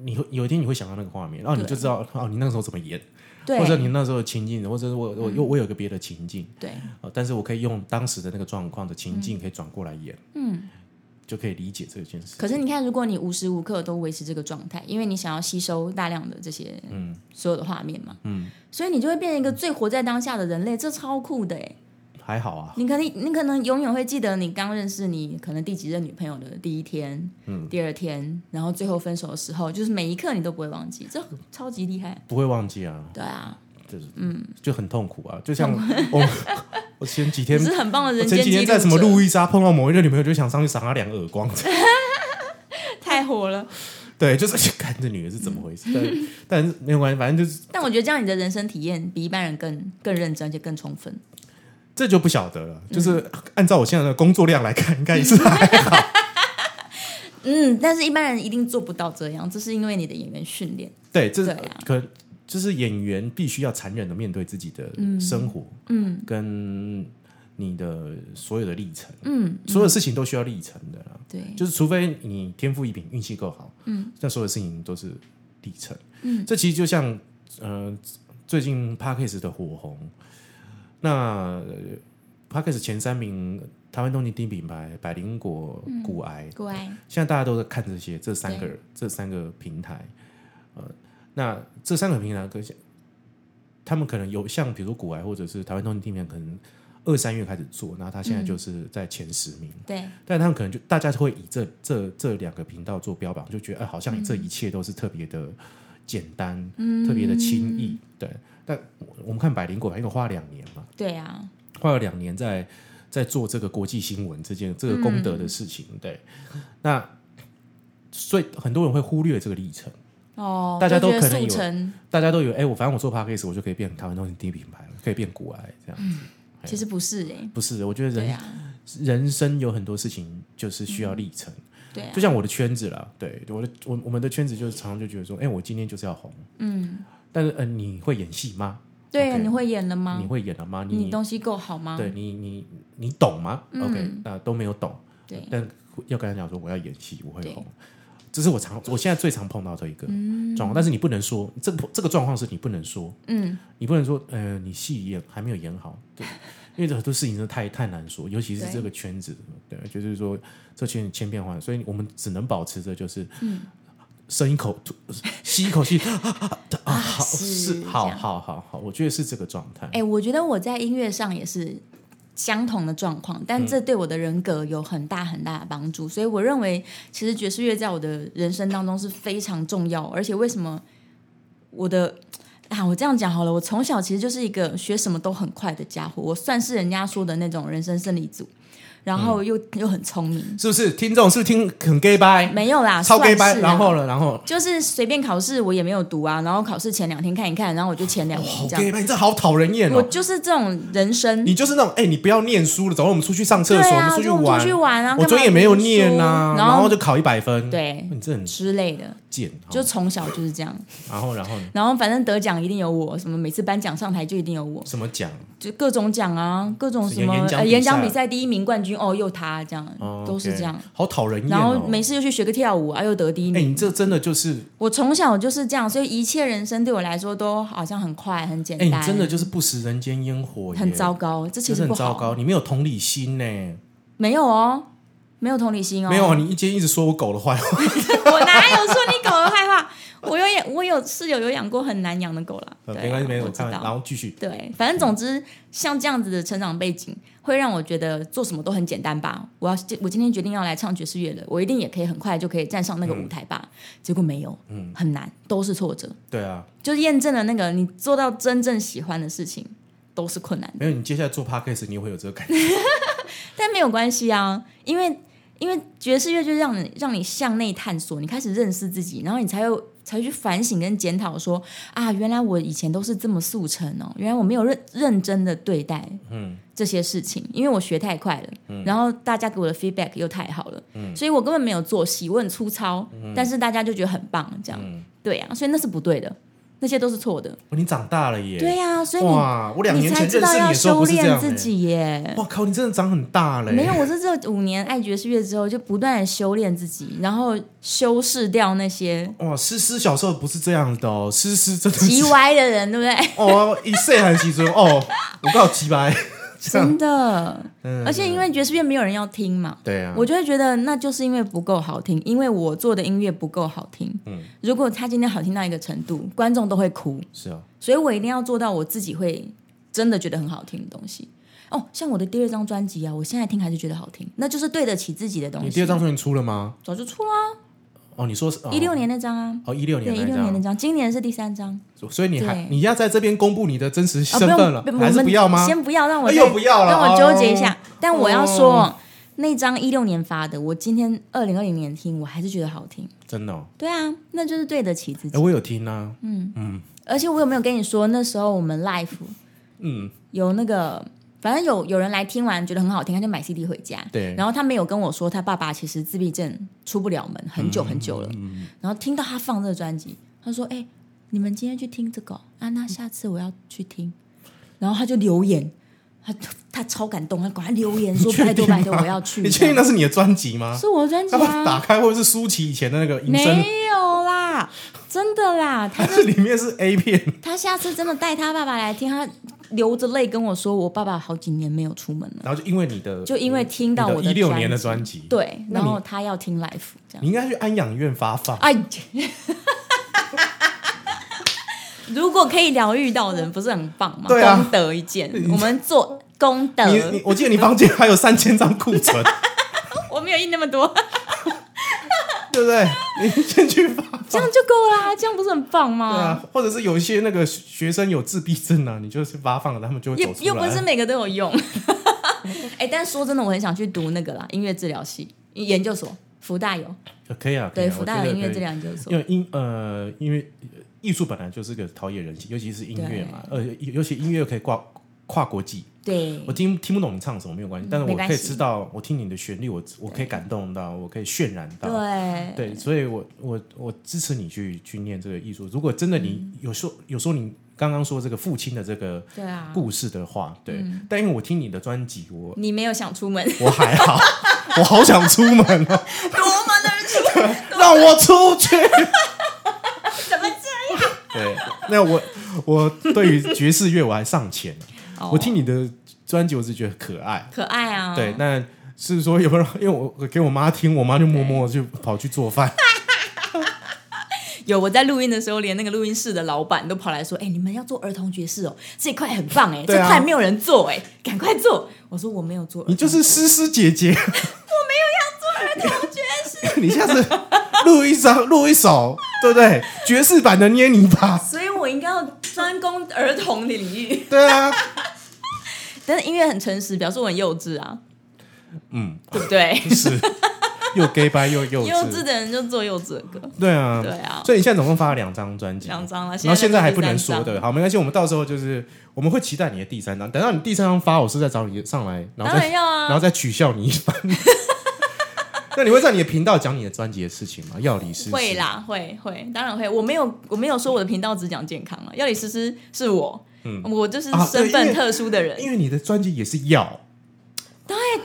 Speaker 1: 你会有一天你会想到那个画面，然后你就
Speaker 2: 对
Speaker 1: 知道哦，你那个时候怎么演，
Speaker 2: 对嗯
Speaker 1: 或者你那时候的情境，或者是我我又我有个别的情境，
Speaker 2: 对，
Speaker 1: 哦，但是我可以用当时的那个状况的情境，可以转过来演，嗯，就可以理解这件事。
Speaker 2: 可是你看，如果你无时无刻都维持这个状态，因为你想要吸收大量的这些嗯所有的画面嘛，嗯，所以你就会变成一个最活在当下的人类，这超酷的哎！
Speaker 1: 还好啊，
Speaker 2: 你可能你可能永远会记得你刚认识你可能第几任女朋友的第一天，嗯，第二天，然后最后分手的时候，就是每一刻你都不会忘记，这超级厉害。
Speaker 1: 不会忘记啊，
Speaker 2: 对啊，
Speaker 1: 就是嗯，就很痛苦啊，就像我我前几
Speaker 2: 你
Speaker 1: 天
Speaker 2: 是很棒的
Speaker 1: 我
Speaker 2: 人
Speaker 1: 前
Speaker 2: 间
Speaker 1: 几
Speaker 2: 记
Speaker 1: 天
Speaker 2: 录
Speaker 1: 在什么
Speaker 2: 者
Speaker 1: 路易莎碰到某一个女朋友，就想上去赏她两耳光，
Speaker 2: 太火了。
Speaker 1: 对，就是 看这女的是怎么回 事，对，但是没有关系，反正就是
Speaker 2: 但我觉得这样你的人生体验比一般人更更认真，而且更充分。
Speaker 1: 这就不晓得了，就是按照我现在的工作量来看，应该也是还好。
Speaker 2: 嗯，但是一般人一定做不到这样，这是因为你的演员训练。
Speaker 1: 对，这
Speaker 2: 对
Speaker 1: 是
Speaker 2: 啊
Speaker 1: 可就是演员必须要残忍的面对自己的生活，嗯，跟你的所有的历程，
Speaker 2: 嗯，
Speaker 1: 所有事情都需要历程的啦。
Speaker 2: 对，
Speaker 1: 就是除非你天赋异禀，运气够好，嗯，但所有事情都是历程，嗯，这其实就像呃最近 p a c k a s 的火红，那 p a c k a s 前三名台湾东尼第一品牌百灵果、骨癌，
Speaker 2: 乖，
Speaker 1: 现在大家都在看这些这三个这三个平台，呃，那这三个平台可他们可能有像比如说古癌或者是台湾通勤地面，可能二三月开始做，然后他现在就是在前十名。
Speaker 2: 对，
Speaker 1: 但他们可能就大家会以这这这两个频道做标榜，就觉得哎、好像这一切都是特别的简单，特别的轻易。对，但我我们看百灵果，因为我花了两年嘛，
Speaker 2: 对啊，
Speaker 1: 花了两年在在做这个国际新闻这件这个功德的
Speaker 2: 嗯
Speaker 1: 事情。对，那所以很多人会忽略这个历程，
Speaker 2: 哦，
Speaker 1: 大家
Speaker 2: 就
Speaker 1: 都
Speaker 2: 觉
Speaker 1: 可能
Speaker 2: 得速
Speaker 1: 有
Speaker 2: 成，
Speaker 1: 大家都以为哎、我反正我做 podcast 我就可以变台湾东西第一品牌了，可以变古癌这样。
Speaker 2: 其实不是哎，
Speaker 1: 不是，我觉得人
Speaker 2: 对啊，
Speaker 1: 人生有很多事情就是需要历程，
Speaker 2: 对啊
Speaker 1: 就，像我的圈子啦，对我的我我们的圈子就是常常就觉得说，哎、我今天就是要红，
Speaker 2: 嗯，
Speaker 1: 但是呃，你会演戏吗？
Speaker 2: 对啊，
Speaker 1: OK
Speaker 2: 你会演了
Speaker 1: 你
Speaker 2: 吗？
Speaker 1: 会演了吗？你
Speaker 2: 你东西够好吗？嗯
Speaker 1: 对你你你懂吗、o k 那都没有懂，
Speaker 2: 对
Speaker 1: 但要跟他讲说我要演戏，我会
Speaker 2: 对
Speaker 1: 红，这是我常我现在最常碰到的一个状况，但是你不能说这个这个状况是你不能说，
Speaker 2: 嗯，
Speaker 1: 你不能说呃你戏演还没有演好，对，因为这很多事情真的太太难说，尤其是
Speaker 2: 对
Speaker 1: 这个圈子，对，就是说这圈子千变万化，所以我们只能保持着就是嗯。深一口吐，吸一口气，啊啊啊！好
Speaker 2: 是
Speaker 1: 是，
Speaker 2: 这
Speaker 1: 好
Speaker 2: 样
Speaker 1: 好好好，我觉得是这个状态。
Speaker 2: 哎，我觉得我在音乐上也是相同的状况，但
Speaker 1: 嗯
Speaker 2: 这对我的人格有很大很大的帮助，所以我认为其实爵士乐在我的人生当中是非常重要，而且为什么我的。啊，我这样讲好了。我从小其实就是一个学什么都很快的家伙，我算是人家说的那种人生胜利组，然
Speaker 1: 嗯
Speaker 2: 后又、又很聪明，
Speaker 1: 是不是？听众是不是听很 gay 掰，
Speaker 2: 没有啦，
Speaker 1: 超 gay
Speaker 2: 算
Speaker 1: 掰，
Speaker 2: 是啦啊
Speaker 1: 然后呢，然后
Speaker 2: 就是随便考试我也没有读啊，然后考试前两天看一看，然后我就前两
Speaker 1: 好
Speaker 2: 名这
Speaker 1: gay 哦
Speaker 2: 样。
Speaker 1: 掰，你这好讨人厌
Speaker 2: 我
Speaker 1: 哦！
Speaker 2: 就是这种人生，
Speaker 1: 你就是那种哎，你不要念书了，走，我们出去上厕
Speaker 2: 对
Speaker 1: 所，
Speaker 2: 啊，
Speaker 1: 出去
Speaker 2: 就我们出去玩啊，
Speaker 1: 我昨天也没有念呐
Speaker 2: 呐，，
Speaker 1: 然
Speaker 2: 后
Speaker 1: 就嗯考一百分，，
Speaker 2: 对
Speaker 1: 你这很
Speaker 2: 之类的，
Speaker 1: 贱。
Speaker 2: 就
Speaker 1: 就
Speaker 2: 从小就是这样。
Speaker 1: 然后然后呢
Speaker 2: 然后反正得奖一定有我，什么每次颁奖上台就一定有我，
Speaker 1: 什么奖？
Speaker 2: 就各种奖啊，各种什么
Speaker 1: 演演讲比赛
Speaker 2: 呃演讲比赛第一名冠军哦，又他这样
Speaker 1: 哦，
Speaker 2: 都是
Speaker 1: OK
Speaker 2: 这样。，
Speaker 1: 好讨人厌
Speaker 2: 然
Speaker 1: 哦
Speaker 2: 后。没事就去学个跳舞啊，又得第一
Speaker 1: 哎，
Speaker 2: 名。
Speaker 1: 你这真的就是，
Speaker 2: 我从小就是这样，所以一切人生对我来说都好像很快、很简
Speaker 1: 哎，你
Speaker 2: 单，
Speaker 1: 真的就是不食人间烟火耶，
Speaker 2: 很糟糕。这其
Speaker 1: 真
Speaker 2: 实
Speaker 1: 的
Speaker 2: 不
Speaker 1: 很糟
Speaker 2: 好，
Speaker 1: 糕，你没有同理心呢，
Speaker 2: 没有哦，没有同理心哦，
Speaker 1: 没有，啊，你一天一直说我狗的坏话，
Speaker 2: 我哪有说你狗的坏话？我有养，我有室友有养过很难养的狗啦。对啊、
Speaker 1: 呃没关系，没有，
Speaker 2: 我
Speaker 1: 我
Speaker 2: 知
Speaker 1: 看完，然
Speaker 2: 道。
Speaker 1: 后继续，
Speaker 2: 对，反正总之，像这样子的成长背景，会让我觉得做什么都很简单吧。我要，我今天决定要来唱爵士乐了，我一定也可以很快就可以站上那个舞台
Speaker 1: 嗯
Speaker 2: 吧。结果没有，嗯，很难，都是挫折，
Speaker 1: 对啊，
Speaker 2: 就是验证了那个你做到真正喜欢的事情都是困难的。
Speaker 1: 没有，你接下来做 podcast 你也会有这个感 觉。
Speaker 2: 但没有关系啊，因为因为爵士乐就是让你让你向内探索，你开始认识自己，然后你才会才会去反省跟检讨说啊，原来我以前都是这么速成哦，原来我没有认认真的对待
Speaker 1: 嗯
Speaker 2: 这些事情，因为我学太快了，然后大家给我的 feedback 又太好了，
Speaker 1: 嗯
Speaker 2: 所以我根本没有做戏，我很粗糙，但是大家就觉得很棒，这样、
Speaker 1: 嗯，
Speaker 2: 对啊，所以那是不对的，那些都是错的，
Speaker 1: 哦你长大了耶！
Speaker 2: 对呀、所以你
Speaker 1: 哇，我两
Speaker 2: 你
Speaker 1: 年
Speaker 2: 才
Speaker 1: 前
Speaker 2: 知
Speaker 1: 认
Speaker 2: 道
Speaker 1: 识你
Speaker 2: 要
Speaker 1: 的时候
Speaker 2: 修
Speaker 1: 不是这
Speaker 2: 炼
Speaker 1: 样欸
Speaker 2: 自
Speaker 1: 耶。
Speaker 2: 己耶，
Speaker 1: 哇靠，你真的长很大嘞！
Speaker 2: 没有，我是这五年爱爵士乐之后，就不断的修炼自己，然后修饰掉那些
Speaker 1: 哇，诗诗小时候不是这样的哦，诗诗真的
Speaker 2: 极
Speaker 1: 是
Speaker 2: 歪的人，对不对？
Speaker 1: 哦，一岁还记住哦，我告急白，这样
Speaker 2: 真的，
Speaker 1: 嗯
Speaker 2: 而且因为爵士乐没有人要听嘛，
Speaker 1: 对啊，
Speaker 2: 我就会觉得那就是因为不够好听，因为我做的音乐不够好听。
Speaker 1: 嗯
Speaker 2: 如果他今天好听到一个程度，观众都会哭，
Speaker 1: 是啊，
Speaker 2: 所以我一定要做到我自己会真的觉得很好听的东西。哦，像我的第二张专辑啊，我现在听还是觉得好听，那就是对得起自己的东西。
Speaker 1: 你第二张专辑出了吗？
Speaker 2: 早就出了
Speaker 1: 哦，你说是
Speaker 2: 一六、16年那张啊，
Speaker 1: 哦，一六年
Speaker 2: 对，一
Speaker 1: 那
Speaker 2: 六年那
Speaker 1: 张，
Speaker 2: 张，今年是第三张。
Speaker 1: 所以你还
Speaker 2: 对
Speaker 1: 你要在这边公布你的真实身
Speaker 2: 啊，不用
Speaker 1: 份了，
Speaker 2: 不
Speaker 1: 还
Speaker 2: 我
Speaker 1: 是
Speaker 2: 们
Speaker 1: 不要吗？
Speaker 2: 先不要，让我
Speaker 1: 哎呦
Speaker 2: 再
Speaker 1: 不要了
Speaker 2: 让我纠结一下。
Speaker 1: 哦
Speaker 2: 但我要
Speaker 1: 哦
Speaker 2: 说，那张一六年发的，我今天二零二零年听，我还是觉得好听。
Speaker 1: 真的哦，
Speaker 2: 对啊，那就是对得起自己。
Speaker 1: 哎，我有听啊，
Speaker 2: 嗯而且我有没有跟你说，那时候我们 live
Speaker 1: 嗯，
Speaker 2: 有那个，反正有有人来听完觉得很好听，他就买 CD 回家。
Speaker 1: 对
Speaker 2: 然后他没有跟我说，他爸爸其实自闭症出不了门很久很
Speaker 1: 嗯
Speaker 2: 久了。然后听到他放这个专辑，他说：“哎、你们今天去听这个哦、啊？那下次我要去听。”然后他就留言，他他超感动，他赶快留言说：“拜托 拜托，我要去。”
Speaker 1: 你确定那是你的专辑吗？
Speaker 2: 是我的专辑
Speaker 1: 要不然打
Speaker 2: 啊？
Speaker 1: 开会不会是舒淇以前的那个银声
Speaker 2: 没有啦，真的啦，他
Speaker 1: 但是里面是 A 片，
Speaker 2: 他下次真的带他爸爸来听，他流着泪跟我说：“我爸爸好几年没有出门了。”
Speaker 1: 然后就因为你的，
Speaker 2: 就因为听到我
Speaker 1: 一六年的
Speaker 2: 的
Speaker 1: 专辑，，
Speaker 2: 对，
Speaker 1: 那
Speaker 2: 然
Speaker 1: 你
Speaker 2: 后他要听 live 这样。
Speaker 1: 你应该去安养院发放。
Speaker 2: 哎，如果可以疗愈到人，不是很棒吗？
Speaker 1: 对啊
Speaker 2: 功德一件，我们做功德。
Speaker 1: 你你，我记得你房间还有三千张库 存，
Speaker 2: 我没有印那么
Speaker 1: 哦
Speaker 2: 多，
Speaker 1: 对不对？你先去发放。
Speaker 2: 这样就够啦，这样不是很棒吗？
Speaker 1: 对啊，或者是有一些那个学生有自闭症啊，你就是发放了，他们就会啊走
Speaker 2: 又
Speaker 1: 出来。
Speaker 2: 又不是每个都有用。 哎、但说真的，我很想去读那个啦，音乐治疗系研究所，福大有，
Speaker 1: 呃可以啊，可以
Speaker 2: 对，
Speaker 1: 啊
Speaker 2: 福
Speaker 1: 我
Speaker 2: 大
Speaker 1: 觉
Speaker 2: 有
Speaker 1: 得
Speaker 2: 音乐
Speaker 1: 可以
Speaker 2: 治疗研究所
Speaker 1: 因。为音呃，因为呃艺术本来就是个陶冶人心，尤其是音乐嘛，呃，尤尤其音乐可以跨跨国际。
Speaker 2: 对嗯
Speaker 1: 我，听听不懂你唱什么没有关系，但是
Speaker 2: 没
Speaker 1: 我
Speaker 2: 关
Speaker 1: 可以
Speaker 2: 系
Speaker 1: 知道，我听你的旋律，我我可以感动到，我可以渲染到。
Speaker 2: 对，
Speaker 1: 对，所以我我我支持你去去念这个艺术。如果真的你、有时候有时候你刚刚说这个父亲的这个
Speaker 2: 嗯对啊，嗯
Speaker 1: 故事的话，对，但因为我听你的专辑，我
Speaker 2: 你没有 想出门，
Speaker 1: 我还好，我好想出门哦，
Speaker 2: 多么的出
Speaker 1: 让我出去。
Speaker 2: 怎么这
Speaker 1: 对，那我我对于爵士乐我还尚 浅，
Speaker 2: 样？
Speaker 1: 我听你的专辑我只觉得可爱
Speaker 2: 哦。可爱哦啊，
Speaker 1: 对，，那是说有没有？因为我我给我妈听，我妈就默默地就跑去做饭。
Speaker 2: 有我在录音的时候，连那个录音室的老板都跑来说：“哎、你们要做儿童爵士哦，这一块很棒哎、
Speaker 1: 对
Speaker 2: 这
Speaker 1: 啊
Speaker 2: 块没有人做哎、赶快做！”我说：“我没有做儿
Speaker 1: 你就是诗诗姐姐，
Speaker 2: 童爵士，
Speaker 1: 你下次录一张录一首，对不对？爵士版的捏泥巴，
Speaker 2: 所以我应该要专攻儿童的 领域。
Speaker 1: 对啊，
Speaker 2: 但是音乐很诚实，表示我很幼稚 啊，
Speaker 1: 嗯，
Speaker 2: 对不对？
Speaker 1: 是又 gay 掰又幼
Speaker 2: 幼稚
Speaker 1: 稚，
Speaker 2: 的人就做幼稚的歌，
Speaker 1: 对啊，
Speaker 2: 对啊
Speaker 1: 所以你现在总共发了两张专辑，
Speaker 2: 两张了。啊
Speaker 1: 然后现在还不能
Speaker 2: 第三
Speaker 1: 说
Speaker 2: 张，
Speaker 1: 的，好，没关系，我们到时候就是我们会期待你的第三张，等到你第三张发，我是再找你上来，然
Speaker 2: 当
Speaker 1: 后再、
Speaker 2: 然要
Speaker 1: 然后
Speaker 2: 啊。
Speaker 1: 再取笑你一 番。那你会在你的频道讲你的专辑的事情吗？药理师
Speaker 2: 会，啦，会会，当然会。我没有，我没有说我的频道只讲健康啊。药理师师是我，我就是
Speaker 1: 啊对
Speaker 2: 身
Speaker 1: 因
Speaker 2: 份
Speaker 1: 为
Speaker 2: 特殊的人。
Speaker 1: 因为你的专辑也是药，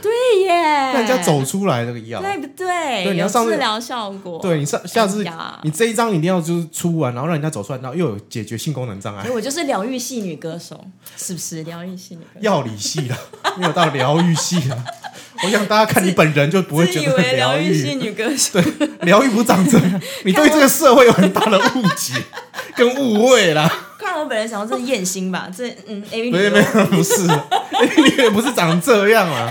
Speaker 2: 对耶，
Speaker 1: 让人家走出来那个药。
Speaker 2: 对不对？
Speaker 1: 对你要
Speaker 2: 有
Speaker 1: 上
Speaker 2: 治
Speaker 1: 那
Speaker 2: 疗效果。
Speaker 1: 对你上下次
Speaker 2: 哎呀
Speaker 1: 你这一张一定要就是出完，然后让人家走出来，然后又有解决性功能障
Speaker 2: 哎，
Speaker 1: 碍，
Speaker 2: 我就是疗愈系女歌手，是不是？疗愈系女 歌手。
Speaker 1: 药理系了，没有到疗愈系了。我想大家看你本人就不会
Speaker 2: 自
Speaker 1: 觉
Speaker 2: 以
Speaker 1: 得
Speaker 2: 为
Speaker 1: 很
Speaker 2: 疗
Speaker 1: 疗
Speaker 2: 愈
Speaker 1: 愈
Speaker 2: 系女歌手，
Speaker 1: 对，疗愈不长这 样，你对这个社会有很大的误解跟误会 啦。
Speaker 2: 看我本人想要这是艳星吧，这嗯 A V
Speaker 1: 没
Speaker 2: 女
Speaker 1: 有没
Speaker 2: 优。
Speaker 1: 有，不是，啊哎你也不是长这样啊。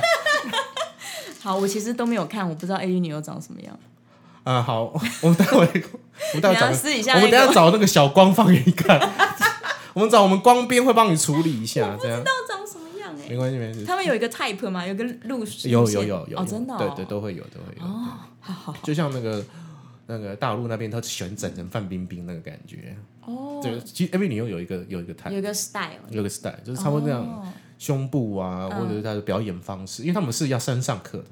Speaker 2: 好，我其实都没有看，我不知道 A V 女优长什么样。
Speaker 1: 啊，好，我们待会我们待会找
Speaker 2: 你要私底下
Speaker 1: 个，我们
Speaker 2: 那
Speaker 1: 等下
Speaker 2: 个
Speaker 1: 找那个小光放给你看。 我们找我们光编会帮你处理一下，这样
Speaker 2: 不知道长什么样哎、
Speaker 1: 没关系没关系。
Speaker 2: 他们有一个 type 嘛，有一个路线。
Speaker 1: 有有有有
Speaker 2: 哦，真的、哦。
Speaker 1: 对对，都会有都会有。
Speaker 2: 哦，好好好。
Speaker 1: 就像那个那个大陆那边，他喜欢整成范冰冰那个感觉。
Speaker 2: 哦，
Speaker 1: 对，其实 MV 女优有一个有一个
Speaker 2: 有
Speaker 1: type，
Speaker 2: 一个 style，
Speaker 1: 有一个 style，就是差不多这样。
Speaker 2: 哦
Speaker 1: 胸部啊，
Speaker 2: 嗯
Speaker 1: 或者是他的表演方式，因为他们是要先上课的，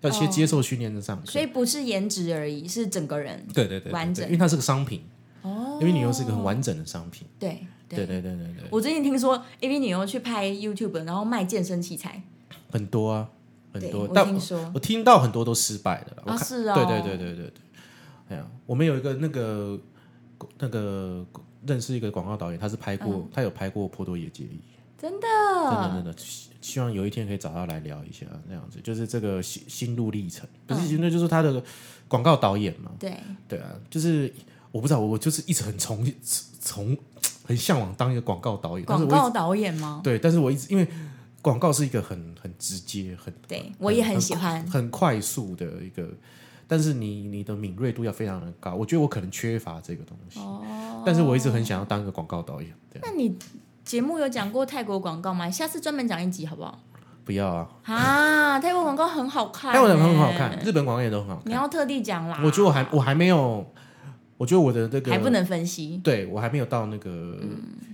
Speaker 1: 要
Speaker 2: 哦
Speaker 1: 先接受训练的上课。
Speaker 2: 所以不是颜值而已，是整个人。
Speaker 1: 对对对对，
Speaker 2: 完
Speaker 1: 对
Speaker 2: 整
Speaker 1: 因为它是个商品，
Speaker 2: 哦，
Speaker 1: 因为你又是一个很完整的商品。
Speaker 2: 对
Speaker 1: 对对对对对，
Speaker 2: 我最近听说 AV 女优去拍 YouTube，然后卖健身器材，
Speaker 1: 很多啊，很多。
Speaker 2: 对我
Speaker 1: 但
Speaker 2: 听说
Speaker 1: 我听到很多都失败的了。我
Speaker 2: 啊
Speaker 1: 看
Speaker 2: 是哦
Speaker 1: 对对对对对对。哎呀，我们有一个那个那个认识一个广告导演，他是拍过，他有拍过《波多野结衣》。
Speaker 2: 嗯真
Speaker 1: 真的
Speaker 2: 的
Speaker 1: 真的，希希望有一天可以找他来聊一下，这样子就是这个心心路历程，不是，那就是他的广告导演嘛，
Speaker 2: 对，
Speaker 1: 对啊，就是我不知道，我我就是一直很从从很向往当一个广告导演，但是
Speaker 2: 广
Speaker 1: 我一
Speaker 2: 告导演吗？
Speaker 1: 对，但是我一直因为广告是一个很很直接、很
Speaker 2: 对，我也很喜欢。
Speaker 1: 很快速的一个，但是你你的敏锐度要非常的高，我觉得我可能缺乏这个东西，
Speaker 2: 哦，
Speaker 1: 但是我一直很想要当一个广告导演，对啊，
Speaker 2: 那你节目有讲过泰国广告吗？下次专门讲一集好 不好？
Speaker 1: 不要啊，
Speaker 2: 啊，泰国广告很好看、欸
Speaker 1: 泰国的很好看，，日本广告也都很好看
Speaker 2: 你。要特地讲啦。
Speaker 1: 我觉得我还我还没有，我觉得我的那个
Speaker 2: 还不，能嗯分析，
Speaker 1: 对我还没有到那个，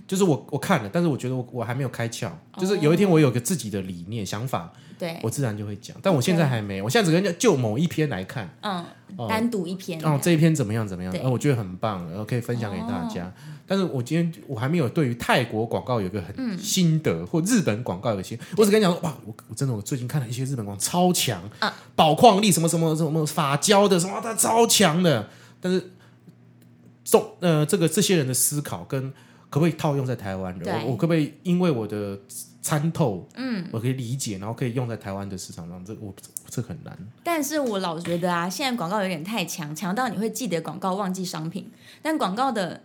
Speaker 1: 就是我我看了，但是我觉得我我还没有开窍，就是有一天我有个自己的理念想法，
Speaker 2: 哦对，
Speaker 1: 我自然就会讲，但我现在还没，我现在只跟就某一篇来看，
Speaker 2: 嗯，
Speaker 1: 哦
Speaker 2: 单独一篇。
Speaker 1: 哦这一篇怎么样怎么样，
Speaker 2: 对哦
Speaker 1: 哦我觉得很棒，然后可以分享给大家。但是我今天我还没有对于泰国广告有一个很心
Speaker 2: 嗯
Speaker 1: 得，或日本广告有一些，我只跟你讲说，哇，我我真的我最近看了一些日本广告超强，
Speaker 2: 啊
Speaker 1: 宝矿力什么什么什么发胶的什么，它超强的。但是重呃这个这些人的思考跟可不可以套用在台湾
Speaker 2: 对
Speaker 1: 人，我我可不可以因为我的参透，嗯，我可以理解，然后可以用在台湾的市场上，这我这很难。
Speaker 2: 但是我老觉得啊，现在广告有点太强，强到你会记得广告忘记商品。但广告的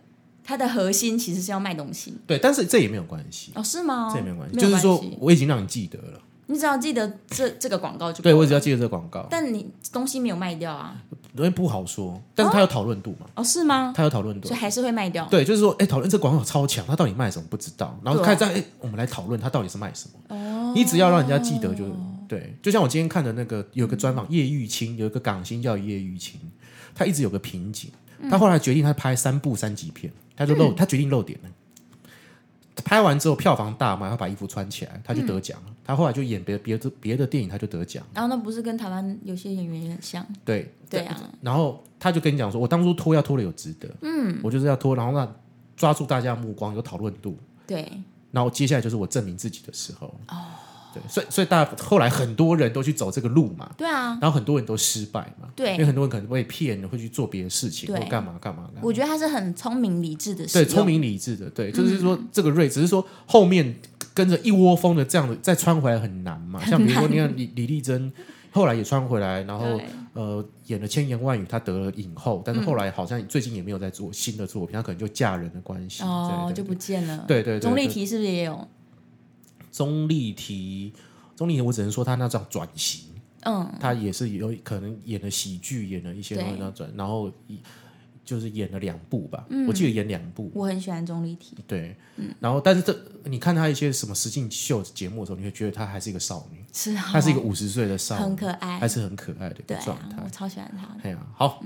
Speaker 2: 它的核心其实是要卖东西。
Speaker 1: 对，但是这也没有关系，
Speaker 2: 哦，是吗？
Speaker 1: 这也没有关系，就是说我已经让你记得了，
Speaker 2: 你只要记得这这个广告就够
Speaker 1: 对我
Speaker 2: 了
Speaker 1: 只要记得这个广告，
Speaker 2: 但你东西没有卖掉啊？
Speaker 1: 因为不好说，但是它有讨论度嘛，
Speaker 2: 哦，是吗？
Speaker 1: 它有讨论度
Speaker 2: 所以。还是会卖掉。
Speaker 1: 对，就是说，哎，讨论这广告超强，它到底卖什么不知道，然后
Speaker 2: 对啊
Speaker 1: 开始在哎，我们来讨论它到底是卖什么。哦，你只要让人家记得就对，就像我今天看的那个有个专访叶玉卿，有一个港星叫叶玉卿，他一直有个瓶颈，
Speaker 2: 嗯
Speaker 1: 他后来决定他拍三部三级片，他就 露，他决定露点了。拍完之后票房大卖，他把衣服穿起来，他就得奖了。他后来就演别别的别的电影，他就得奖。
Speaker 2: 然后那不是跟台湾有些演员也很像？
Speaker 1: 对
Speaker 2: 对啊，
Speaker 1: 然后他就跟你讲说，我当初拖要拖的有值得，嗯，我就是要拖，然后让抓住大家的目光，有讨论度，
Speaker 2: 对，
Speaker 1: 然后接下来就是我证明自己的时候。哦，对，所以所以大家后来很多人都去走这个路嘛，
Speaker 2: 对啊。
Speaker 1: 然后很多人都失败嘛，
Speaker 2: 对
Speaker 1: 因为很多人可能会骗，会去做别的事情，
Speaker 2: 对
Speaker 1: 或干嘛干嘛干嘛。
Speaker 2: 我嗯觉得他是很聪明理智的使
Speaker 1: 嗯对，
Speaker 2: 用，
Speaker 1: 聪明理智的，对，就是说这个瑞，只是说后面跟着一窝蜂的这样的再穿回来很难嘛。像比如说，你看李李丽珍后来也穿回来，然后
Speaker 2: 对
Speaker 1: 呃演了《千言万语》，她得了影后，但是
Speaker 2: 嗯
Speaker 1: 后来好像最近也没有在做新的作品，她可能就嫁人的关系，
Speaker 2: 哦，
Speaker 1: 对
Speaker 2: 就
Speaker 1: 对
Speaker 2: 不见了。
Speaker 1: 对对对
Speaker 2: 钟丽
Speaker 1: 对
Speaker 2: 缇是不是也有？
Speaker 1: 钟丽缇，钟丽缇，我只能说她那张转型，
Speaker 2: 嗯，
Speaker 1: 她也是有可能演了喜剧，演了一些
Speaker 2: 对
Speaker 1: 东西那转，然后一就是演了两部吧，
Speaker 2: 嗯
Speaker 1: 我记得演两部，
Speaker 2: 我很喜欢钟丽缇。
Speaker 1: 对，
Speaker 2: 嗯
Speaker 1: 然后但是这你看她一些什么实境秀节目的时候，你会觉得她还是一个少女，
Speaker 2: 是啊，
Speaker 1: 她是一个五十岁的少
Speaker 2: 很
Speaker 1: 女，
Speaker 2: 可爱
Speaker 1: 还，是很可爱的一个
Speaker 2: 对
Speaker 1: 状
Speaker 2: 啊，
Speaker 1: 态
Speaker 2: 我。超喜欢他
Speaker 1: 哎呀、好，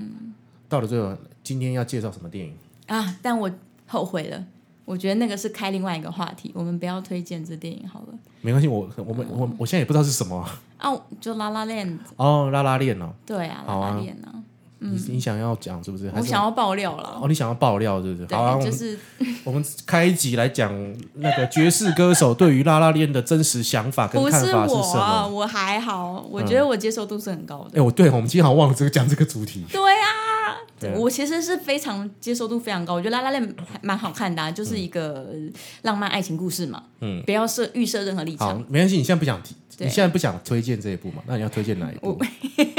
Speaker 1: 到了最后，今天要介绍什么电影？
Speaker 2: 啊！但我后悔了，我觉得那个是开另外一个话题，我们不要推荐这电影好了。
Speaker 1: 没关系，我我
Speaker 2: 哦
Speaker 1: 们我我现在也不知道是什么啊
Speaker 2: 啊，就拉拉链，
Speaker 1: 哦，拉拉链哦，
Speaker 2: 对啊，拉
Speaker 1: 好啊
Speaker 2: 拉链啊，
Speaker 1: 你你想要讲是不是？还
Speaker 2: 我
Speaker 1: 是
Speaker 2: 想要爆料了。
Speaker 1: 哦，你想要爆料是不是？好啊，我
Speaker 2: 对，就
Speaker 1: 们
Speaker 2: 是
Speaker 1: 我们开一集来讲那个爵士歌手 对于拉拉链的真实想法跟
Speaker 2: 不
Speaker 1: 看
Speaker 2: 是
Speaker 1: 法是
Speaker 2: 我
Speaker 1: 什
Speaker 2: 啊，
Speaker 1: 么？嗯
Speaker 2: 我还好，我觉得我接受度是很高
Speaker 1: 哎、
Speaker 2: 的。
Speaker 1: 我对我们今天好像忘了这个讲这个主题。
Speaker 2: 对啊，
Speaker 1: 对
Speaker 2: 我其实是非常接受度非常高，我觉得《拉拉链》还蛮好看的、啊，就是
Speaker 1: 嗯
Speaker 2: 一个浪漫爱情故事嘛。嗯，不要设预设任何立
Speaker 1: 好
Speaker 2: 场。，
Speaker 1: 没关系，你现在不想提，
Speaker 2: 对
Speaker 1: 你现在不想推荐这一部嘛？那你要推荐哪一部？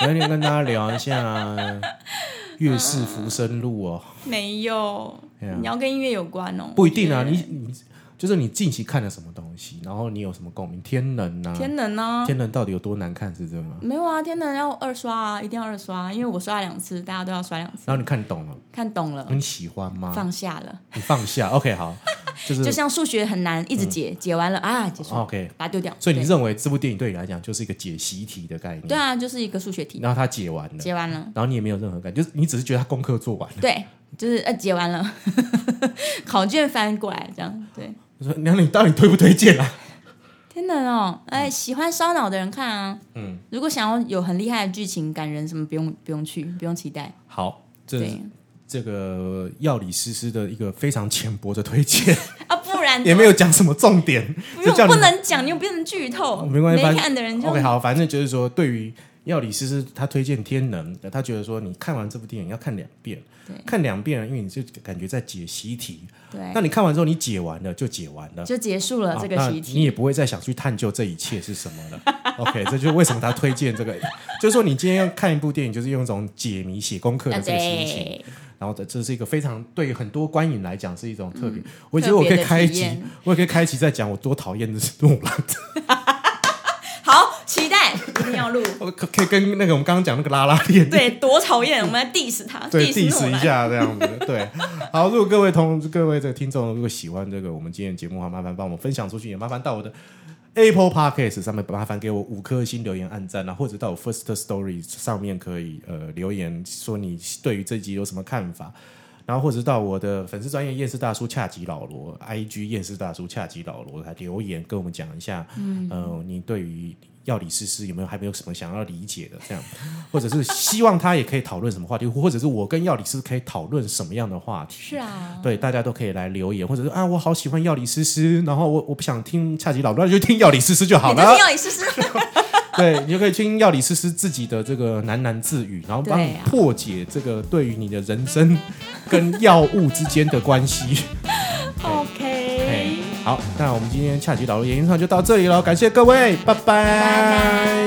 Speaker 1: 我要跟大家聊一下 《月是浮生路》哦，
Speaker 2: 没有，
Speaker 1: 对啊
Speaker 2: 你要跟音乐有关哦。
Speaker 1: 不一定啊，
Speaker 2: 我觉
Speaker 1: 你
Speaker 2: 得
Speaker 1: 你就是你近期看了什么东西，然后你有什么共鸣？天能啊，
Speaker 2: 天能呢、
Speaker 1: 天能到底有多难看是这吗？
Speaker 2: 没有啊，天能要二刷啊，一定要二刷，因为我刷了两次，大家都要刷两次
Speaker 1: 然。后你看懂了，
Speaker 2: 看懂了，
Speaker 1: 你喜欢吗？
Speaker 2: 放下了，
Speaker 1: 你放下，OK，好， 就是
Speaker 2: 就像数学很难，一直解，解完了啊，结束，
Speaker 1: OK。
Speaker 2: 把它丢掉。
Speaker 1: 嗯哦所以你
Speaker 2: 对
Speaker 1: 认为这部电影对你来讲就是一个解习题的概念？
Speaker 2: 对啊，就是一个数学题，
Speaker 1: 然后他解完了，
Speaker 2: 解完了，
Speaker 1: 然后你也没有任何感觉，就是你只是觉得他功课做完了。
Speaker 2: 对，就是呃解完了， 考卷翻过来这样，对。
Speaker 1: 我说：“娘，你到底推不推荐啊？
Speaker 2: 天能哦，
Speaker 1: 嗯
Speaker 2: 哎，喜欢烧脑的人看啊。嗯，如果想要有很厉害的剧情、感人什么，不用不用去，不用期待。
Speaker 1: 好，这
Speaker 2: 对
Speaker 1: 这个药理诗诗的一个非常浅薄的推荐，
Speaker 2: 啊，不然
Speaker 1: 也没有讲什么重点，
Speaker 2: 不
Speaker 1: 就
Speaker 2: 用
Speaker 1: 叫你
Speaker 2: 不能讲，你又不能剧透。
Speaker 1: 没关系反正
Speaker 2: 看的人就
Speaker 1: OK。好，反正就是说，对于药理诗诗，他推荐《天能》，他觉得说你看完这部电影要看两遍
Speaker 2: 对，
Speaker 1: 看两遍，因为你就感觉在解习题。
Speaker 2: 对
Speaker 1: 那，你看完之后，你解完了就解完了。”
Speaker 2: 就结束了
Speaker 1: 啊
Speaker 2: 这个
Speaker 1: 那
Speaker 2: 习题。
Speaker 1: 你也不会再想去探究这一切是什么 了。OK，这就是为什么他推荐这个，就是说你今天要看一部电影，就是用一种解谜、写功课的
Speaker 2: 啊
Speaker 1: 这个心情。
Speaker 2: 对，
Speaker 1: 然后这这是一个非常对很多观影来讲是一种特别，我觉
Speaker 2: 嗯特
Speaker 1: 得我可以
Speaker 2: 别的
Speaker 1: 开一
Speaker 2: 体
Speaker 1: 集
Speaker 2: 验，
Speaker 1: 我也可以开一集在讲我多讨厌的是诺兰，
Speaker 2: 好，期待，一定要 录。
Speaker 1: 我可可以跟那个我们刚刚讲那个拉拉链。
Speaker 2: 对，多讨厌，我们来 diss 他
Speaker 1: 对
Speaker 2: 诺
Speaker 1: ，diss
Speaker 2: 兰
Speaker 1: 一下这样子，对。好，如果各位同各位这个听众如果喜欢这个我们今天的节目的话，麻烦帮我们分享出去，也麻烦到我的 Apple Podcast 上面，麻烦给我五颗星留言、按赞啊，或者到我 First Story 上面可以呃留言说你对于这集有什么看法。然后或者到我的粉丝专业验尸大叔恰吉老罗，IG 验尸大叔恰吉老罗来留言跟我们讲一下，嗯，呃，你对于药理师师有没有还没有什么想要理解的这样，或者是希望他也可以讨论什么话题，或者是我跟药理师可以讨论什么样的话题？
Speaker 2: 是啊，
Speaker 1: 对，大家都可以来留言，或者是啊，我好喜欢药理师师，然后我我不想听恰吉老罗，那就听药理师师就好
Speaker 2: 你就
Speaker 1: 了
Speaker 2: 是。要你试试。
Speaker 1: 对，你就可以听药理师师自己的这个喃喃自语，然后帮你
Speaker 2: 对啊
Speaker 1: 破解这个对于你的人生跟药物之间的关 系。哎嘿
Speaker 2: OK，
Speaker 1: 好，那我们今天恰吉老罗研究上就到这里了，感谢各位，拜拜
Speaker 2: 拜拜。